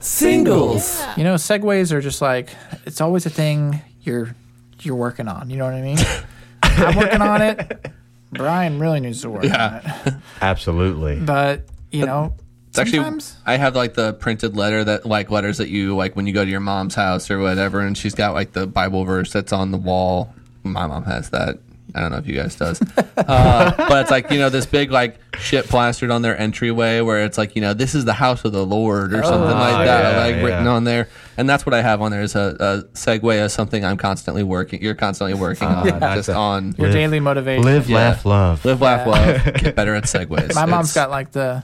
Speaker 7: Singles.
Speaker 4: you know, segues are just like it's always a thing you're you're working on. You know what I mean? I'm working on it. Brian really needs to work on it.
Speaker 6: Absolutely.
Speaker 4: But you know,
Speaker 5: it's actually
Speaker 4: sometimes
Speaker 5: i have like the printed letter that like letters that you like when you go to your mom's house or whatever and she's got like the bible verse that's on the wall my mom has that i don't know if you guys does Uh, but it's like you know this big like shit plastered on their entryway where it's like you know this is the house of the Lord or something
Speaker 4: Ah,
Speaker 5: like that
Speaker 6: yeah,
Speaker 5: like written
Speaker 6: yeah.
Speaker 5: on there and that's what I have on there is a, a segue of something I'm constantly working you're constantly working
Speaker 4: Ah,
Speaker 5: on just
Speaker 6: that's a-
Speaker 5: on
Speaker 4: your
Speaker 6: live-
Speaker 4: daily motivation.
Speaker 6: Live,
Speaker 5: Yeah.
Speaker 6: laugh, love.
Speaker 5: live laugh love get better at segues
Speaker 4: My
Speaker 5: It's-
Speaker 4: mom's got like the.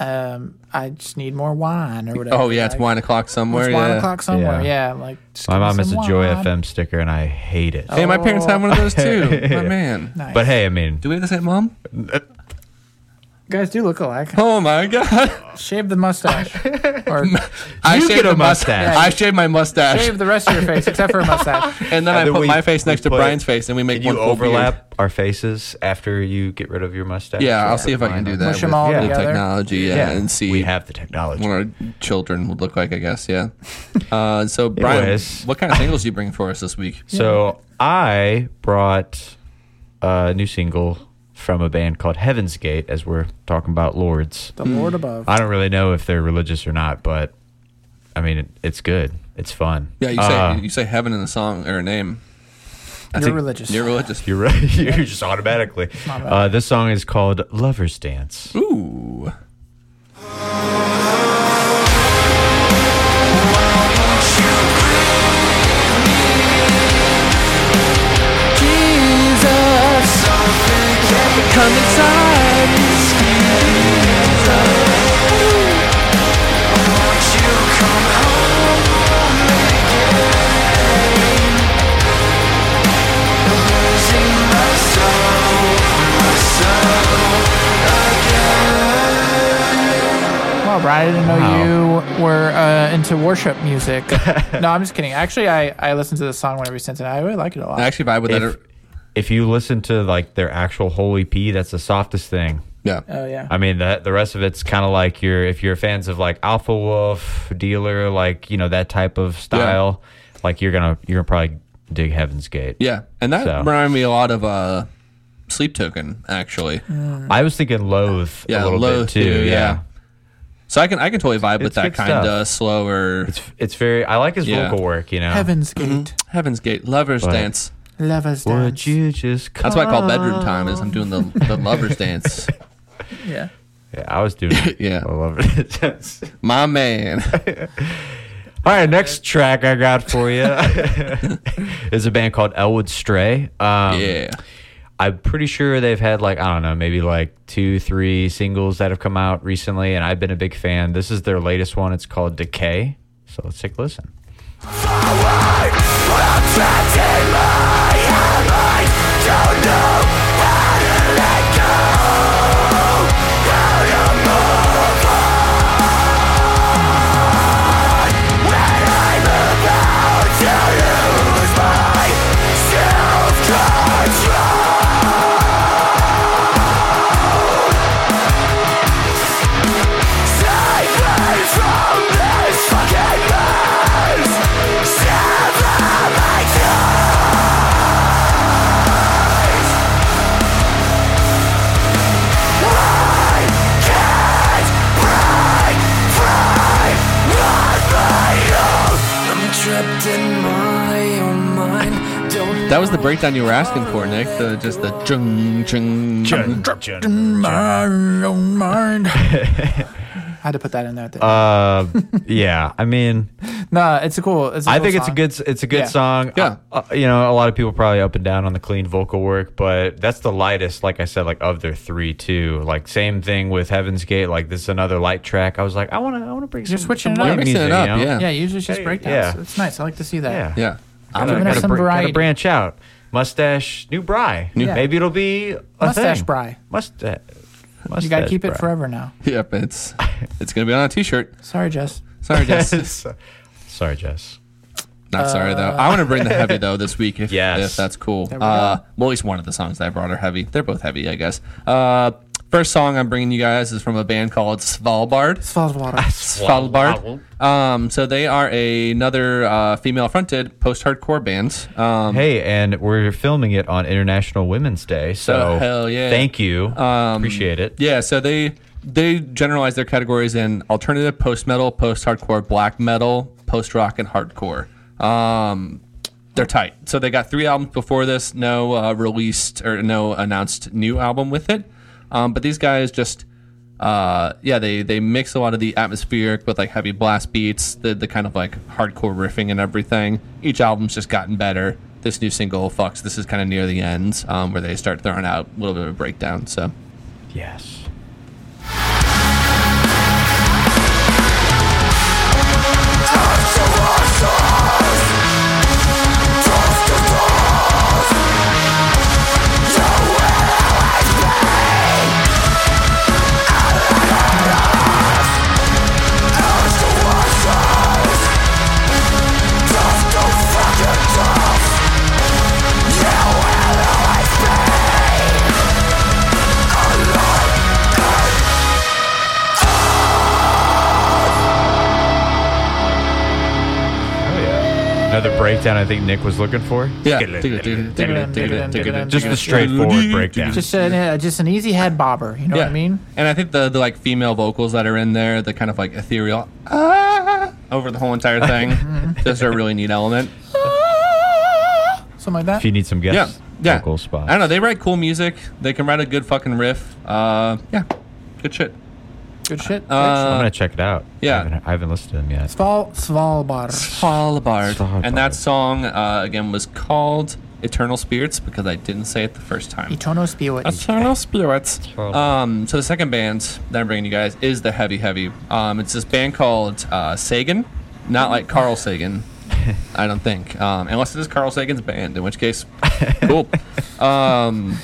Speaker 4: Um, I just need more wine or whatever.
Speaker 5: oh yeah it's
Speaker 4: like,
Speaker 5: wine o'clock somewhere
Speaker 4: It's wine
Speaker 5: yeah.
Speaker 4: o'clock somewhere.
Speaker 6: Yeah.
Speaker 4: Yeah, like just
Speaker 6: My
Speaker 4: give me
Speaker 6: mom has a
Speaker 4: some
Speaker 6: Joy
Speaker 4: wine.
Speaker 6: FM sticker, and I hate it.
Speaker 5: Hey, my parents have one of those too. My man.
Speaker 4: Nice.
Speaker 6: But hey, I mean,
Speaker 5: Do we have the same mom?
Speaker 4: You guys do look alike.
Speaker 5: Oh my god!
Speaker 4: Shave the mustache, or
Speaker 5: I
Speaker 6: You
Speaker 5: shaved
Speaker 6: get a
Speaker 5: the must-
Speaker 6: mustache.
Speaker 5: I shaved my mustache,
Speaker 4: shave the rest of your face except for a mustache.
Speaker 5: and then I
Speaker 6: And then
Speaker 5: put
Speaker 6: we-
Speaker 5: my face
Speaker 6: we
Speaker 5: next to
Speaker 6: put-
Speaker 5: Brian's face, and we make one
Speaker 6: can you
Speaker 5: full beard.
Speaker 6: overlap our faces after you get rid of your mustache?
Speaker 5: Yeah, I'll see if I can do that.
Speaker 4: Mush 'em
Speaker 5: with
Speaker 4: all
Speaker 5: the
Speaker 4: together.
Speaker 5: technology, yeah,
Speaker 6: Yeah.
Speaker 5: and see
Speaker 6: We have the technology.
Speaker 5: what our children would look like. I guess, yeah. Uh, so, Brian,
Speaker 6: Anyways.
Speaker 5: what kind of singles do you bring for us this week?
Speaker 6: So I brought a new single from a band called Heaven's Gate, as we're talking about Lords.
Speaker 4: The Lord above.
Speaker 6: I don't really know if they're religious or not, but I mean, it, it's good. It's fun.
Speaker 5: Yeah, you say
Speaker 6: Uh,
Speaker 5: you say heaven in the song or a name.
Speaker 4: You're
Speaker 5: think
Speaker 4: religious.
Speaker 5: You're religious.
Speaker 6: you're right. You're just automatically. Uh, this song is called "Lovers Dance."
Speaker 5: Ooh.
Speaker 4: Wow, Brian, I didn't know you were uh, into worship music. no, I'm just kidding. Actually, I, I listened to this song whenever you sent it. I really like it a lot.
Speaker 5: I actually vibe with
Speaker 6: If,
Speaker 5: that.
Speaker 6: if you listen to like their actual whole EP, that's the softest thing.
Speaker 5: Yeah.
Speaker 4: oh yeah.
Speaker 6: I mean, the, the rest of it's kind of like your if you're fans of like Alpha Wolf, Dealer, like you know that type of style, like you're gonna you're gonna probably dig Heaven's Gate.
Speaker 5: Yeah, and that
Speaker 6: So.
Speaker 5: reminded me a lot of uh, Sleep Token, actually.
Speaker 6: I was thinking Loathe
Speaker 5: Yeah,
Speaker 6: a little
Speaker 5: Loathe
Speaker 6: bit too.
Speaker 5: too,
Speaker 6: yeah.
Speaker 5: yeah. So I can I can totally vibe with
Speaker 6: It's
Speaker 5: that
Speaker 6: good
Speaker 5: kind of
Speaker 6: stuff.
Speaker 5: slower
Speaker 6: it's it's very. I like his
Speaker 5: Yeah.
Speaker 6: vocal work. You know,
Speaker 4: Heaven's Gate.
Speaker 5: Heaven's Gate lovers
Speaker 6: But-
Speaker 5: dance.
Speaker 4: Lovers
Speaker 6: Mm-hmm. Would
Speaker 4: dance.
Speaker 6: you just
Speaker 5: That's why I call bedroom time is I'm doing the, the lovers dance.
Speaker 4: Yeah.
Speaker 6: Yeah, I was doing it.
Speaker 5: Yeah.
Speaker 6: I love it. All
Speaker 5: My man.
Speaker 6: right, next track I got for you is a band called Elwood Stray. Um,
Speaker 5: yeah.
Speaker 6: I'm pretty sure they've had like I don't know, maybe like two, three singles that have come out recently, and I've been a big fan. This is their latest one. It's called Decay. So let's take a listen.
Speaker 5: That was the breakdown you were asking for, Nick. The just the chung chung.
Speaker 4: I had to put that in there. At the
Speaker 6: Uh, yeah, I mean,
Speaker 4: no, it's a cool. It's a
Speaker 6: I
Speaker 4: cool
Speaker 6: think it's a
Speaker 4: song.
Speaker 6: good it's a good
Speaker 4: Yeah.
Speaker 6: song.
Speaker 5: Yeah.
Speaker 6: Uh, uh, you know, a lot of people probably up and down on the clean vocal work, but that's the lightest, like I said, like of their three too. Like same thing with Heaven's Gate. Like this is another light track. I was like, I want to I want to bring
Speaker 4: You're
Speaker 6: some,
Speaker 4: switching
Speaker 6: some
Speaker 4: it
Speaker 6: light
Speaker 4: up.
Speaker 5: Mixing it
Speaker 6: music,
Speaker 5: up,
Speaker 6: you know?
Speaker 5: yeah.
Speaker 4: Yeah, use just
Speaker 6: Hey,
Speaker 4: breakdowns.
Speaker 6: yeah.
Speaker 4: It's nice. I like to see that.
Speaker 6: Yeah.
Speaker 5: Yeah. I'm
Speaker 6: Gotta,
Speaker 4: Giving us
Speaker 6: gotta,
Speaker 4: some
Speaker 6: br- gotta
Speaker 4: variety.
Speaker 6: branch out. Mustache, new bri.
Speaker 5: New-
Speaker 4: Yeah.
Speaker 6: Maybe it'll be a
Speaker 4: Mustache
Speaker 6: thing.
Speaker 4: bri.
Speaker 6: Musta- Mustache.
Speaker 4: You gotta keep it
Speaker 6: bri.
Speaker 4: forever now.
Speaker 5: Yep, it's it's gonna be on a T-shirt.
Speaker 4: Sorry, Jess.
Speaker 5: Sorry, Jess.
Speaker 6: Sorry, Jess.
Speaker 5: Not sorry though. I want to bring the heavy though this week. If,
Speaker 6: Yes.
Speaker 5: if that's cool.
Speaker 4: we go.
Speaker 5: Uh, well, at least one of the songs that I brought are heavy. They're both heavy, I guess. Uh, first song I'm bringing you guys is from a band called Svalbard.
Speaker 4: Svalbard water.
Speaker 5: Svalbard. Um, so they are a, another uh, female-fronted post-hardcore band. Um,
Speaker 6: Hey, and we're filming it on International Women's Day, so
Speaker 5: Oh, hell yeah. Um,
Speaker 6: thank you, appreciate it.
Speaker 5: Yeah, so they they generalize their categories in alternative, post metal, post hardcore, black metal, post rock, and hardcore. Um, they're tight. So they got three albums before this, no uh, released or no announced new album with it. Um, but these guys just uh, yeah, they they mix a lot of the atmospheric with like heavy blast beats, the the kind of like hardcore riffing and everything. Each album's just gotten better. This new single, fucks, this is kind of near the end, um, where they start throwing out a little bit of a breakdown. So
Speaker 6: Yes. Oh yeah. Another breakdown I think Nick was looking for.
Speaker 5: Yeah. Just
Speaker 6: Just the straightforward breakdown.
Speaker 4: Just an uh, just an easy head bobber. You know what I mean?
Speaker 5: And I think the, the like female vocals that are in there, the kind of like ethereal ah, over the whole entire thing, those are a really neat element.
Speaker 4: Something like that.
Speaker 6: if you need some
Speaker 5: Yeah.
Speaker 6: guests,
Speaker 5: Yeah.
Speaker 6: vocal spots.
Speaker 5: I don't know. They write cool music. They can write a good fucking riff. Uh, yeah. Good shit.
Speaker 4: Good shit.
Speaker 6: I'm
Speaker 5: Uh,
Speaker 6: gonna check it out.
Speaker 5: yeah.
Speaker 6: I haven't, I haven't listened to them yet.
Speaker 4: Sval Svalbard.
Speaker 5: Svalbard.
Speaker 6: Svalbard.
Speaker 5: And that song, uh, again, was called Eternal Spirits because I didn't say it the first time.
Speaker 4: Itono Spirit.
Speaker 5: Eternal Spirits.
Speaker 6: Eternal.
Speaker 5: Um, so the second band that I'm bringing you guys is the Heavy Heavy. Um, it's this band called uh, Sagan, not like Carl Sagan, I don't think. Um, unless it is Carl Sagan's band, in which case, cool. Um,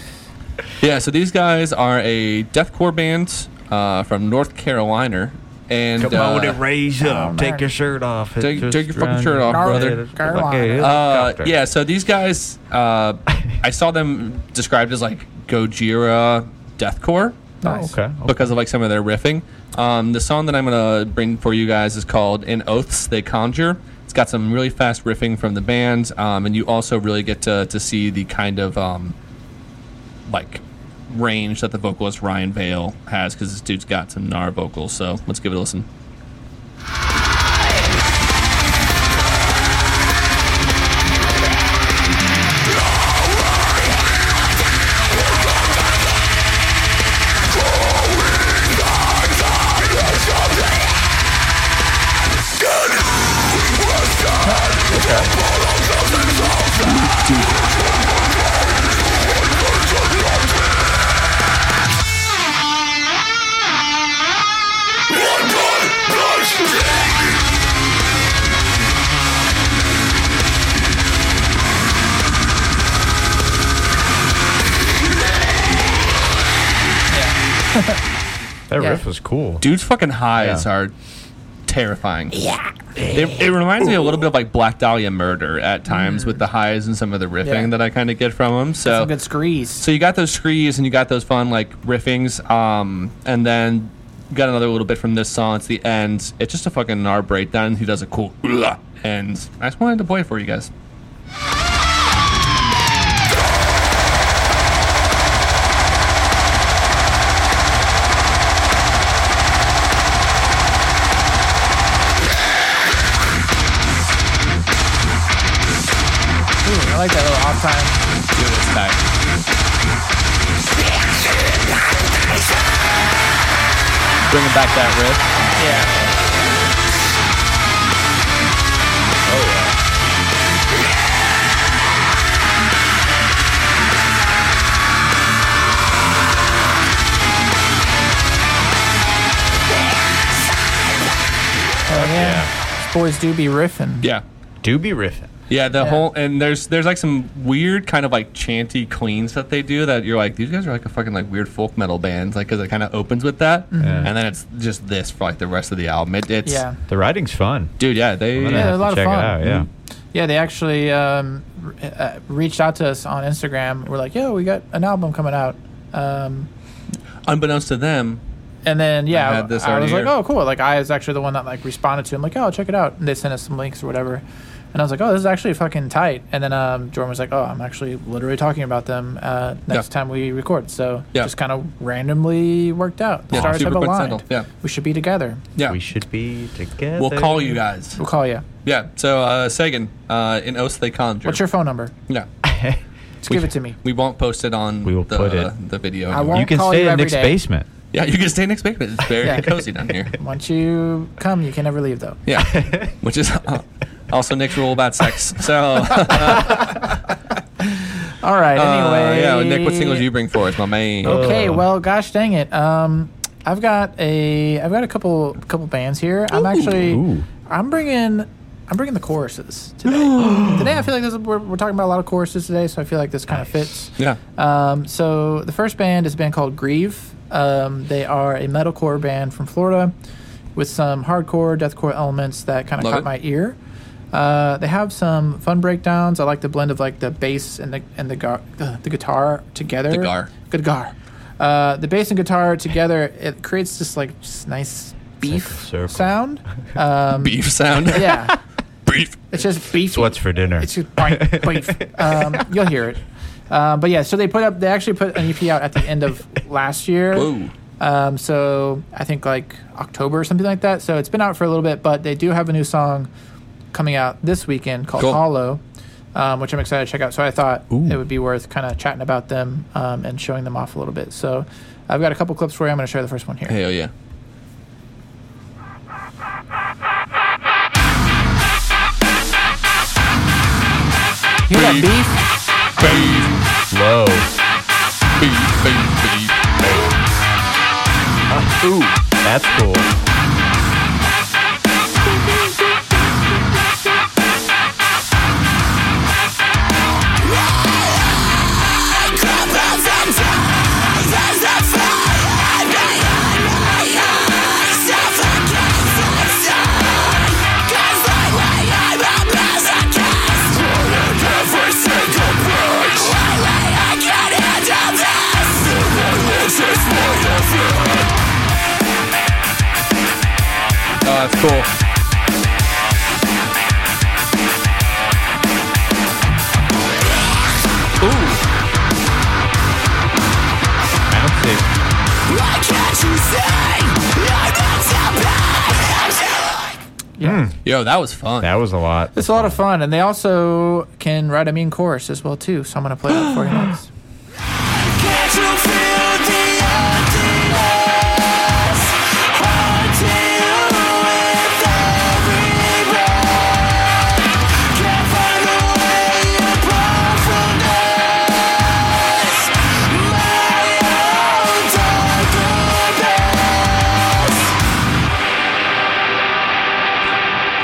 Speaker 5: yeah, so these guys are a deathcore band uh, from North Carolina, and uh,
Speaker 6: raise up.
Speaker 4: Take your
Speaker 6: shirt off.
Speaker 5: Take- just take your fucking round- shirt off, brother. uh, yeah, so these guys, uh, I saw them described as like Gojira deathcore.
Speaker 4: Nice.
Speaker 6: Okay.
Speaker 5: because of like some of their riffing. Um, the song that I'm gonna bring for you guys is called "In Oaths They Conjure." It's got some really fast riffing from the band, um, and you also really get to to see the kind of um, like range that the vocalist Ryan Vale has because this dude's got some gnar vocals. So let's give it a listen.
Speaker 2: I'll stupid.
Speaker 6: That
Speaker 4: Yeah.
Speaker 6: riff was cool.
Speaker 5: Dude's fucking highs
Speaker 6: Yeah.
Speaker 5: are terrifying. Yeah. It, it reminds me a little bit of like Black Dahlia Murder at times with the highs and some of the riffing
Speaker 4: Yeah.
Speaker 5: that I kind of get from him. So
Speaker 4: Some good screes.
Speaker 5: So you got those screes and you got those fun like riffings, um, and then you got another little bit from this song. It's the end. It's just a fucking R breakdown. He does a cool "Ugh," and I just wanted to play it for you guys.
Speaker 4: Ooh, I like that little off time.
Speaker 5: Dude, it's tight. Bringing back that riff.
Speaker 4: Yeah. Oh yeah. These Boys do be riffing.
Speaker 5: Yeah.
Speaker 6: Do be riffing.
Speaker 5: Yeah, the
Speaker 4: Yeah.
Speaker 5: whole and there's there's like some weird kind of like chanty cleans that they do that you're like these guys are like a fucking like weird folk metal band like because it kind of opens with that and then it's just this for like the rest of the album. It, it's
Speaker 4: Mm-hmm. Yeah.
Speaker 6: The writing's fun.
Speaker 5: dude yeah they
Speaker 6: I'm gonna
Speaker 4: Yeah,
Speaker 6: have
Speaker 4: a
Speaker 6: to
Speaker 4: lot of
Speaker 6: check
Speaker 4: fun.
Speaker 6: It out. Yeah.
Speaker 5: Mm-hmm.
Speaker 4: Yeah, they actually um, re- uh, reached out to us on Instagram. We're like, "Yo, we got an album coming out," um,
Speaker 5: unbeknownst to them
Speaker 4: and then yeah,
Speaker 5: I
Speaker 4: I,
Speaker 5: had this
Speaker 4: was
Speaker 5: already
Speaker 4: like,
Speaker 5: here.
Speaker 4: "Oh, cool!" Like, I was actually the one that like responded to him, like, "Oh, check it out." And they sent us some links or whatever, and I was like, "Oh, this is actually fucking tight." And then um, Jordan was like, "Oh, I'm actually literally talking about them uh, next
Speaker 5: Yeah.
Speaker 4: time we record." So
Speaker 5: Yeah.
Speaker 4: just kind of randomly worked out. The
Speaker 5: Yeah,
Speaker 4: stars
Speaker 5: super
Speaker 4: have aligned.
Speaker 5: coincidental. Yeah.
Speaker 4: we should be together.
Speaker 5: yeah
Speaker 6: We should be together.
Speaker 5: we'll call you guys
Speaker 4: We'll call you.
Speaker 5: yeah so uh Sagan uh in Oath they conjure
Speaker 4: What's your phone number?
Speaker 5: yeah
Speaker 4: Just give it to me.
Speaker 5: we won't post it on
Speaker 6: We will
Speaker 5: the,
Speaker 6: put it.
Speaker 5: the video
Speaker 4: I won't
Speaker 6: You can
Speaker 4: call
Speaker 6: stay
Speaker 4: you
Speaker 6: in
Speaker 4: every
Speaker 6: Nick's
Speaker 4: day.
Speaker 6: basement.
Speaker 5: yeah you can stay next week but it's very
Speaker 4: Yeah.
Speaker 5: cozy down here
Speaker 4: Once you come, you can never leave though.
Speaker 5: yeah which is uh, also Nick's rule about sex so
Speaker 4: All right.
Speaker 5: uh,
Speaker 4: Anyway,
Speaker 5: yeah Nick what singles do you Uh. bring for us my man
Speaker 4: Okay. Well, gosh dang it. Um, I've got a I've got a couple couple bands here. I'm actually
Speaker 6: Ooh.
Speaker 4: I'm bringing I'm bringing the choruses today. today I feel like this is, we're, we're talking about a lot of choruses today, so I feel like this kind of fits.
Speaker 5: yeah
Speaker 4: Um, so the first band is a band called Grieve. Um, they are a metalcore band from Florida with some hardcore, deathcore elements that kind of
Speaker 5: Love
Speaker 4: caught
Speaker 5: it.
Speaker 4: my ear. Uh, they have some fun breakdowns. I like the blend of like the bass and the and the gar- uh, the guitar together.
Speaker 5: The gar.
Speaker 4: Good gar. Uh, the bass and guitar together it creates this like s- nice beef
Speaker 6: circle.
Speaker 4: sound. Um,
Speaker 5: beef sound
Speaker 4: yeah,
Speaker 5: beef
Speaker 4: it's just beef.
Speaker 6: It's what's for dinner.
Speaker 4: It's just boink, boink. Um, you'll hear it. Um, but yeah, so they put up. They actually put an EP out at the end of last year.
Speaker 5: whoa
Speaker 4: Um, so I think like October or something like that. So it's been out for a little bit, but they do have a new song coming out this weekend called
Speaker 5: Cool.
Speaker 4: Hollow, um, which I'm excited to check out. So I thought it would be worth kind of chatting about them um, and showing them off a little bit. So I've got a couple clips for you. I'm going to share the first one here.
Speaker 5: hell yeah
Speaker 4: Hear that beef?
Speaker 5: beef
Speaker 6: low.
Speaker 5: beef beef beef
Speaker 6: That's cool.
Speaker 5: Oh, that's cool. Ooh,
Speaker 6: Bouncy.
Speaker 4: Yeah.
Speaker 5: yo, that was fun.
Speaker 6: That was a lot.
Speaker 4: It's a lot of fun, and they also can write a mean chorus as well too. So I'm gonna play that for you next.
Speaker 2: Can't find a way across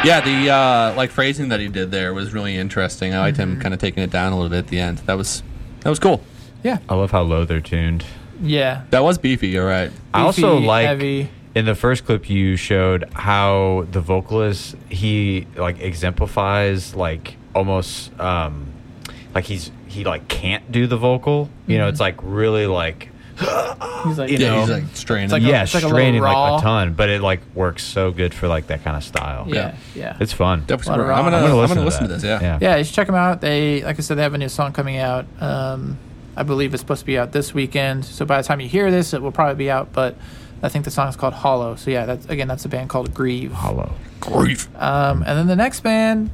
Speaker 5: Yeah, the uh, like phrasing that he did there was really interesting. I liked
Speaker 4: Mm-hmm.
Speaker 5: him kind of taking it down a little bit at the end. That was that was cool.
Speaker 4: Yeah.
Speaker 6: I love how low they're tuned.
Speaker 4: Yeah.
Speaker 5: That was beefy. You're right.
Speaker 6: I also
Speaker 4: Beefy,
Speaker 6: like
Speaker 4: E, heavy.
Speaker 6: in the first clip you showed how the vocalist he like exemplifies like almost um like he's he like can't do the vocal. You
Speaker 4: Mm-hmm.
Speaker 6: know, it's like really like
Speaker 4: He's like,
Speaker 6: You
Speaker 5: Yeah,
Speaker 6: know,
Speaker 5: he's like straining.
Speaker 4: like a-
Speaker 6: yeah,
Speaker 4: it's like a little
Speaker 6: straining like a,
Speaker 4: raw.
Speaker 6: ton, but it like works so good for like that kind of style.
Speaker 4: yeah, yeah.
Speaker 6: It's fun.
Speaker 5: Definitely.
Speaker 4: Lot of
Speaker 5: I'm gonna,
Speaker 4: rock.
Speaker 5: I'm gonna listen,
Speaker 6: to
Speaker 5: to,
Speaker 6: that.
Speaker 5: this. Yeah.
Speaker 4: yeah, you should check them out. They, like I said, they have a new song coming out. Um, I believe it's supposed to be out this weekend. So by the time you hear this, it will probably be out. But I think the song is called Hollow. So yeah, that's again, that's a band called Grieve.
Speaker 6: Hollow.
Speaker 5: Grief.
Speaker 4: Um, and then the next band,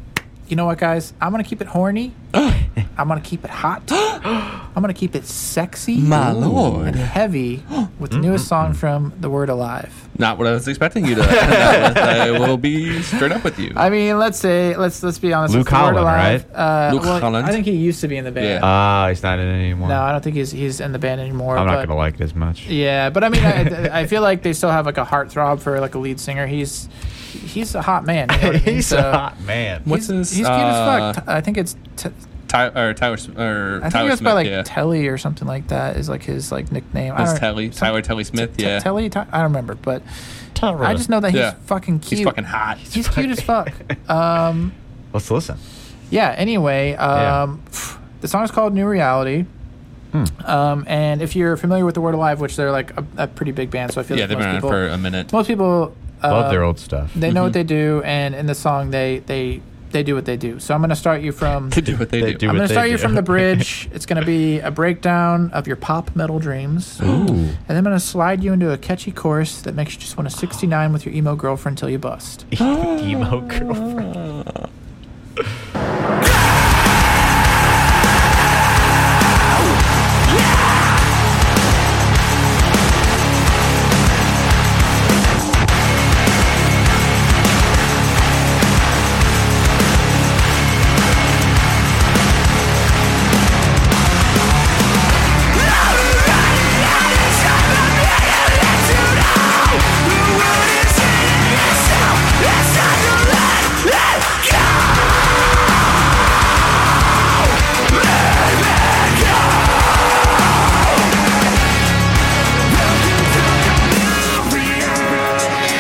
Speaker 4: you know what, guys? I'm gonna keep it horny. I'm gonna keep it hot. I'm gonna keep it sexy.
Speaker 5: My
Speaker 4: Ooh.
Speaker 5: lord.
Speaker 4: And heavy with the newest song
Speaker 6: Mm-hmm.
Speaker 4: from The Word Alive.
Speaker 5: Not what I was expecting you to. end up with. I will be straight up with you.
Speaker 4: I mean, let's say let's let's be honest.
Speaker 6: Luke
Speaker 4: it's The Word
Speaker 6: Holland,
Speaker 4: Alive.
Speaker 6: right?
Speaker 4: Uh,
Speaker 5: Luke
Speaker 4: well,
Speaker 5: Holland.
Speaker 4: I think he used to be in the band.
Speaker 5: Yeah.
Speaker 6: Ah, he's not in it anymore.
Speaker 4: No, I don't think he's he's in the band anymore.
Speaker 6: I'm not
Speaker 4: but-
Speaker 6: gonna like it as much.
Speaker 4: Yeah, but I mean, I, I feel like they still have like a heartthrob for like a lead singer. He's he's a hot man. You know what I mean?
Speaker 6: he's
Speaker 4: So,
Speaker 6: a hot man.
Speaker 5: What's
Speaker 4: he's,
Speaker 5: his?
Speaker 4: He's cute
Speaker 5: uh,
Speaker 4: as fuck. T- I think it's t-
Speaker 5: Ty, or Tyler. S- Or
Speaker 4: I think
Speaker 5: Tyler
Speaker 4: it was
Speaker 5: Smith.
Speaker 4: by like
Speaker 5: yeah.
Speaker 4: Telly or something like that. Is like his like nickname. I
Speaker 5: That's
Speaker 4: don't-
Speaker 5: Telly.
Speaker 4: some-
Speaker 5: Tyler Telly Smith.
Speaker 4: T-
Speaker 5: yeah.
Speaker 4: Telly. Ty- I don't remember, but I just know that he's
Speaker 5: Yeah.
Speaker 4: fucking cute.
Speaker 5: He's fucking hot.
Speaker 4: He's cute as fuck. Um,
Speaker 6: Let's listen.
Speaker 4: yeah. Anyway, um, pff, the song is called "New Reality."
Speaker 5: Hmm.
Speaker 4: Um, and if you're familiar with the Word Alive, which they're like a, a pretty big band, so I feel
Speaker 5: Yeah,
Speaker 4: like
Speaker 5: they've
Speaker 4: most
Speaker 5: been on
Speaker 4: people,
Speaker 5: for a minute.
Speaker 4: most people uh,
Speaker 6: Love their Mm-hmm. old stuff.
Speaker 4: They know what they do, and in the song, they they they do what they do. So I'm gonna start you from.
Speaker 5: They do what they,
Speaker 6: They
Speaker 5: do.
Speaker 6: do
Speaker 4: I'm
Speaker 6: what
Speaker 4: gonna
Speaker 6: they
Speaker 4: start you
Speaker 6: do.
Speaker 4: from the bridge. it's gonna be a breakdown of your pop metal dreams, and then I'm gonna slide you into a catchy chorus that makes you just want to 69 with your emo girlfriend till you bust.
Speaker 6: emo girlfriend.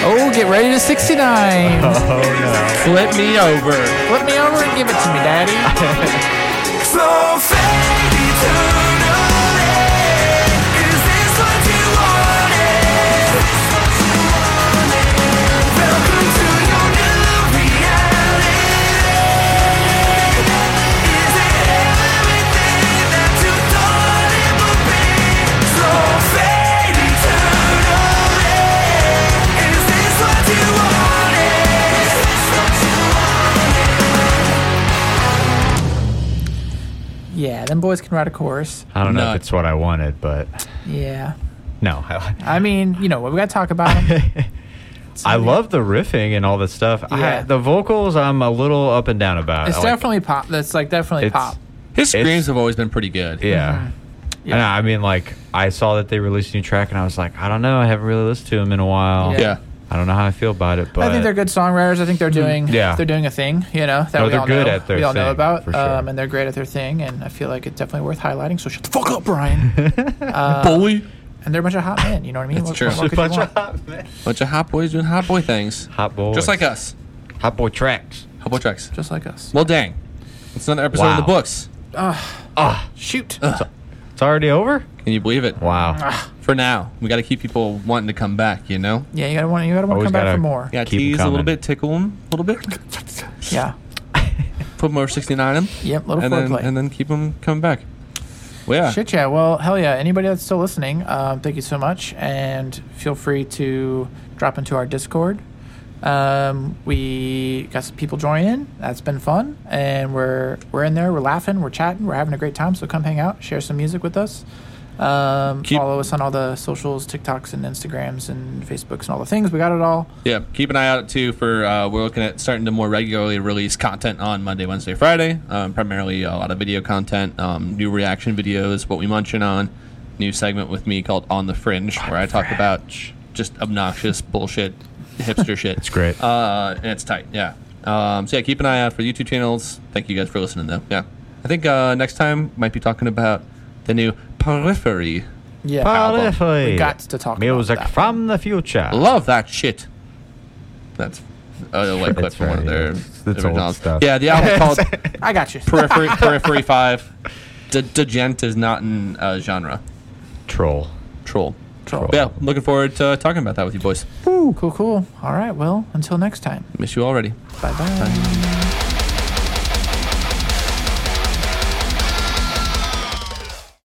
Speaker 4: Oh, get ready to
Speaker 6: Oh,
Speaker 4: 69.
Speaker 5: Flip me over.
Speaker 4: Flip me over and give it to me, daddy. Yeah, them boys can write a chorus.
Speaker 6: I don't know
Speaker 5: Nut.
Speaker 6: if it's what I wanted, but
Speaker 4: Yeah.
Speaker 6: no.
Speaker 4: I mean, you know what? We gotta talk about 'em.
Speaker 6: I love the riffing and all the stuff. I,
Speaker 4: Yeah.
Speaker 6: the vocals, I'm a little up and down about.
Speaker 4: It's
Speaker 6: I like-
Speaker 4: definitely pop. That's like definitely
Speaker 6: It's-
Speaker 4: pop.
Speaker 5: His
Speaker 6: It's-
Speaker 5: screams have always been pretty good.
Speaker 6: yeah.
Speaker 4: Mm-hmm. Yeah.
Speaker 6: And I mean, like, I saw that they released a new track, and I was like, I don't know. I haven't really listened to them in a while.
Speaker 4: Yeah.
Speaker 5: Yeah.
Speaker 6: I don't know how I feel about it, but Mm,
Speaker 4: I think they're good songwriters. I think they're doing
Speaker 6: Yeah.
Speaker 4: they're doing a thing, you know, that
Speaker 6: No,
Speaker 4: we
Speaker 6: they're
Speaker 4: all
Speaker 6: good
Speaker 4: know,
Speaker 6: at their
Speaker 4: we all know
Speaker 6: thing,
Speaker 4: about,
Speaker 6: for sure.
Speaker 4: um, and they're great at their thing. And I feel like it's definitely worth highlighting. So shut the fuck up, Brian.
Speaker 5: Bully.
Speaker 4: and they're a bunch of hot men. You know what I mean?
Speaker 5: That's true.
Speaker 4: What, what could you want?
Speaker 5: Bunch of hot boys doing hot boy things.
Speaker 6: hot boy,
Speaker 5: Just like us.
Speaker 6: hot boy tracks.
Speaker 5: Hot boy tracks.
Speaker 4: Just like us.
Speaker 5: Well, dang. It's another episode of
Speaker 6: Wow.
Speaker 5: the books.
Speaker 4: Shoot. Ah,
Speaker 6: It's already over.
Speaker 5: Can you believe it?
Speaker 6: Wow.
Speaker 5: For now, we got to keep people wanting to come back, you know?
Speaker 4: Yeah, you gotta want you gotta want to
Speaker 6: Always
Speaker 4: come back
Speaker 6: gotta-
Speaker 4: for more.
Speaker 5: Yeah,
Speaker 6: Keep 'em
Speaker 5: tease a little
Speaker 6: coming.
Speaker 5: bit, tickle them a little bit,
Speaker 4: Yeah.
Speaker 5: put more 69 'em,
Speaker 4: Yep. Little
Speaker 5: and then,
Speaker 4: foreplay.
Speaker 5: and then keep them coming back. Well, yeah.
Speaker 4: Shit, yeah. Well, hell yeah. Anybody that's still listening, um, thank you so much. And feel free to drop into our Discord. Um, we got some people joining. That's been fun. And we're we're in there. We're laughing. We're chatting. We're having a great time. So come hang out. Share some music with us. Um,
Speaker 5: Keep-
Speaker 4: follow us on all the socials, TikToks and Instagrams and Facebooks and all the things. We got it all.
Speaker 5: Yeah, keep an eye out too for uh, we're looking at starting to more regularly release content on Monday, Wednesday, Friday. Um, primarily a lot of video content, um, new reaction videos, what we munching on, new segment with me called On the Fringe, where I talk about just obnoxious bullshit, hipster shit. It's
Speaker 6: great.
Speaker 5: uh, and it's tight. Yeah, Um, so yeah, keep an eye out for the YouTube channels. Thank you guys for listening, though. Yeah, I think uh, next time might be talking about the new Periphery.
Speaker 4: Yeah.
Speaker 6: Periphery.
Speaker 4: We got to talk about
Speaker 6: Music
Speaker 4: that.
Speaker 6: from the future.
Speaker 5: Love that shit. That's a like clip
Speaker 6: That's
Speaker 5: from one of
Speaker 6: right,
Speaker 5: their
Speaker 6: yeah. It's- it's
Speaker 5: their
Speaker 6: old
Speaker 5: novels.
Speaker 6: stuff.
Speaker 5: Yeah, the album called
Speaker 4: I got you.
Speaker 5: Periphery Periphery Five. De- Degent is not in uh, genre.
Speaker 6: Troll.
Speaker 5: Troll.
Speaker 4: Troll.
Speaker 5: Yeah, looking forward to talking about that with you boys.
Speaker 4: Cool, cool. All right. Well, until next time.
Speaker 5: Miss you already.
Speaker 4: Bye bye.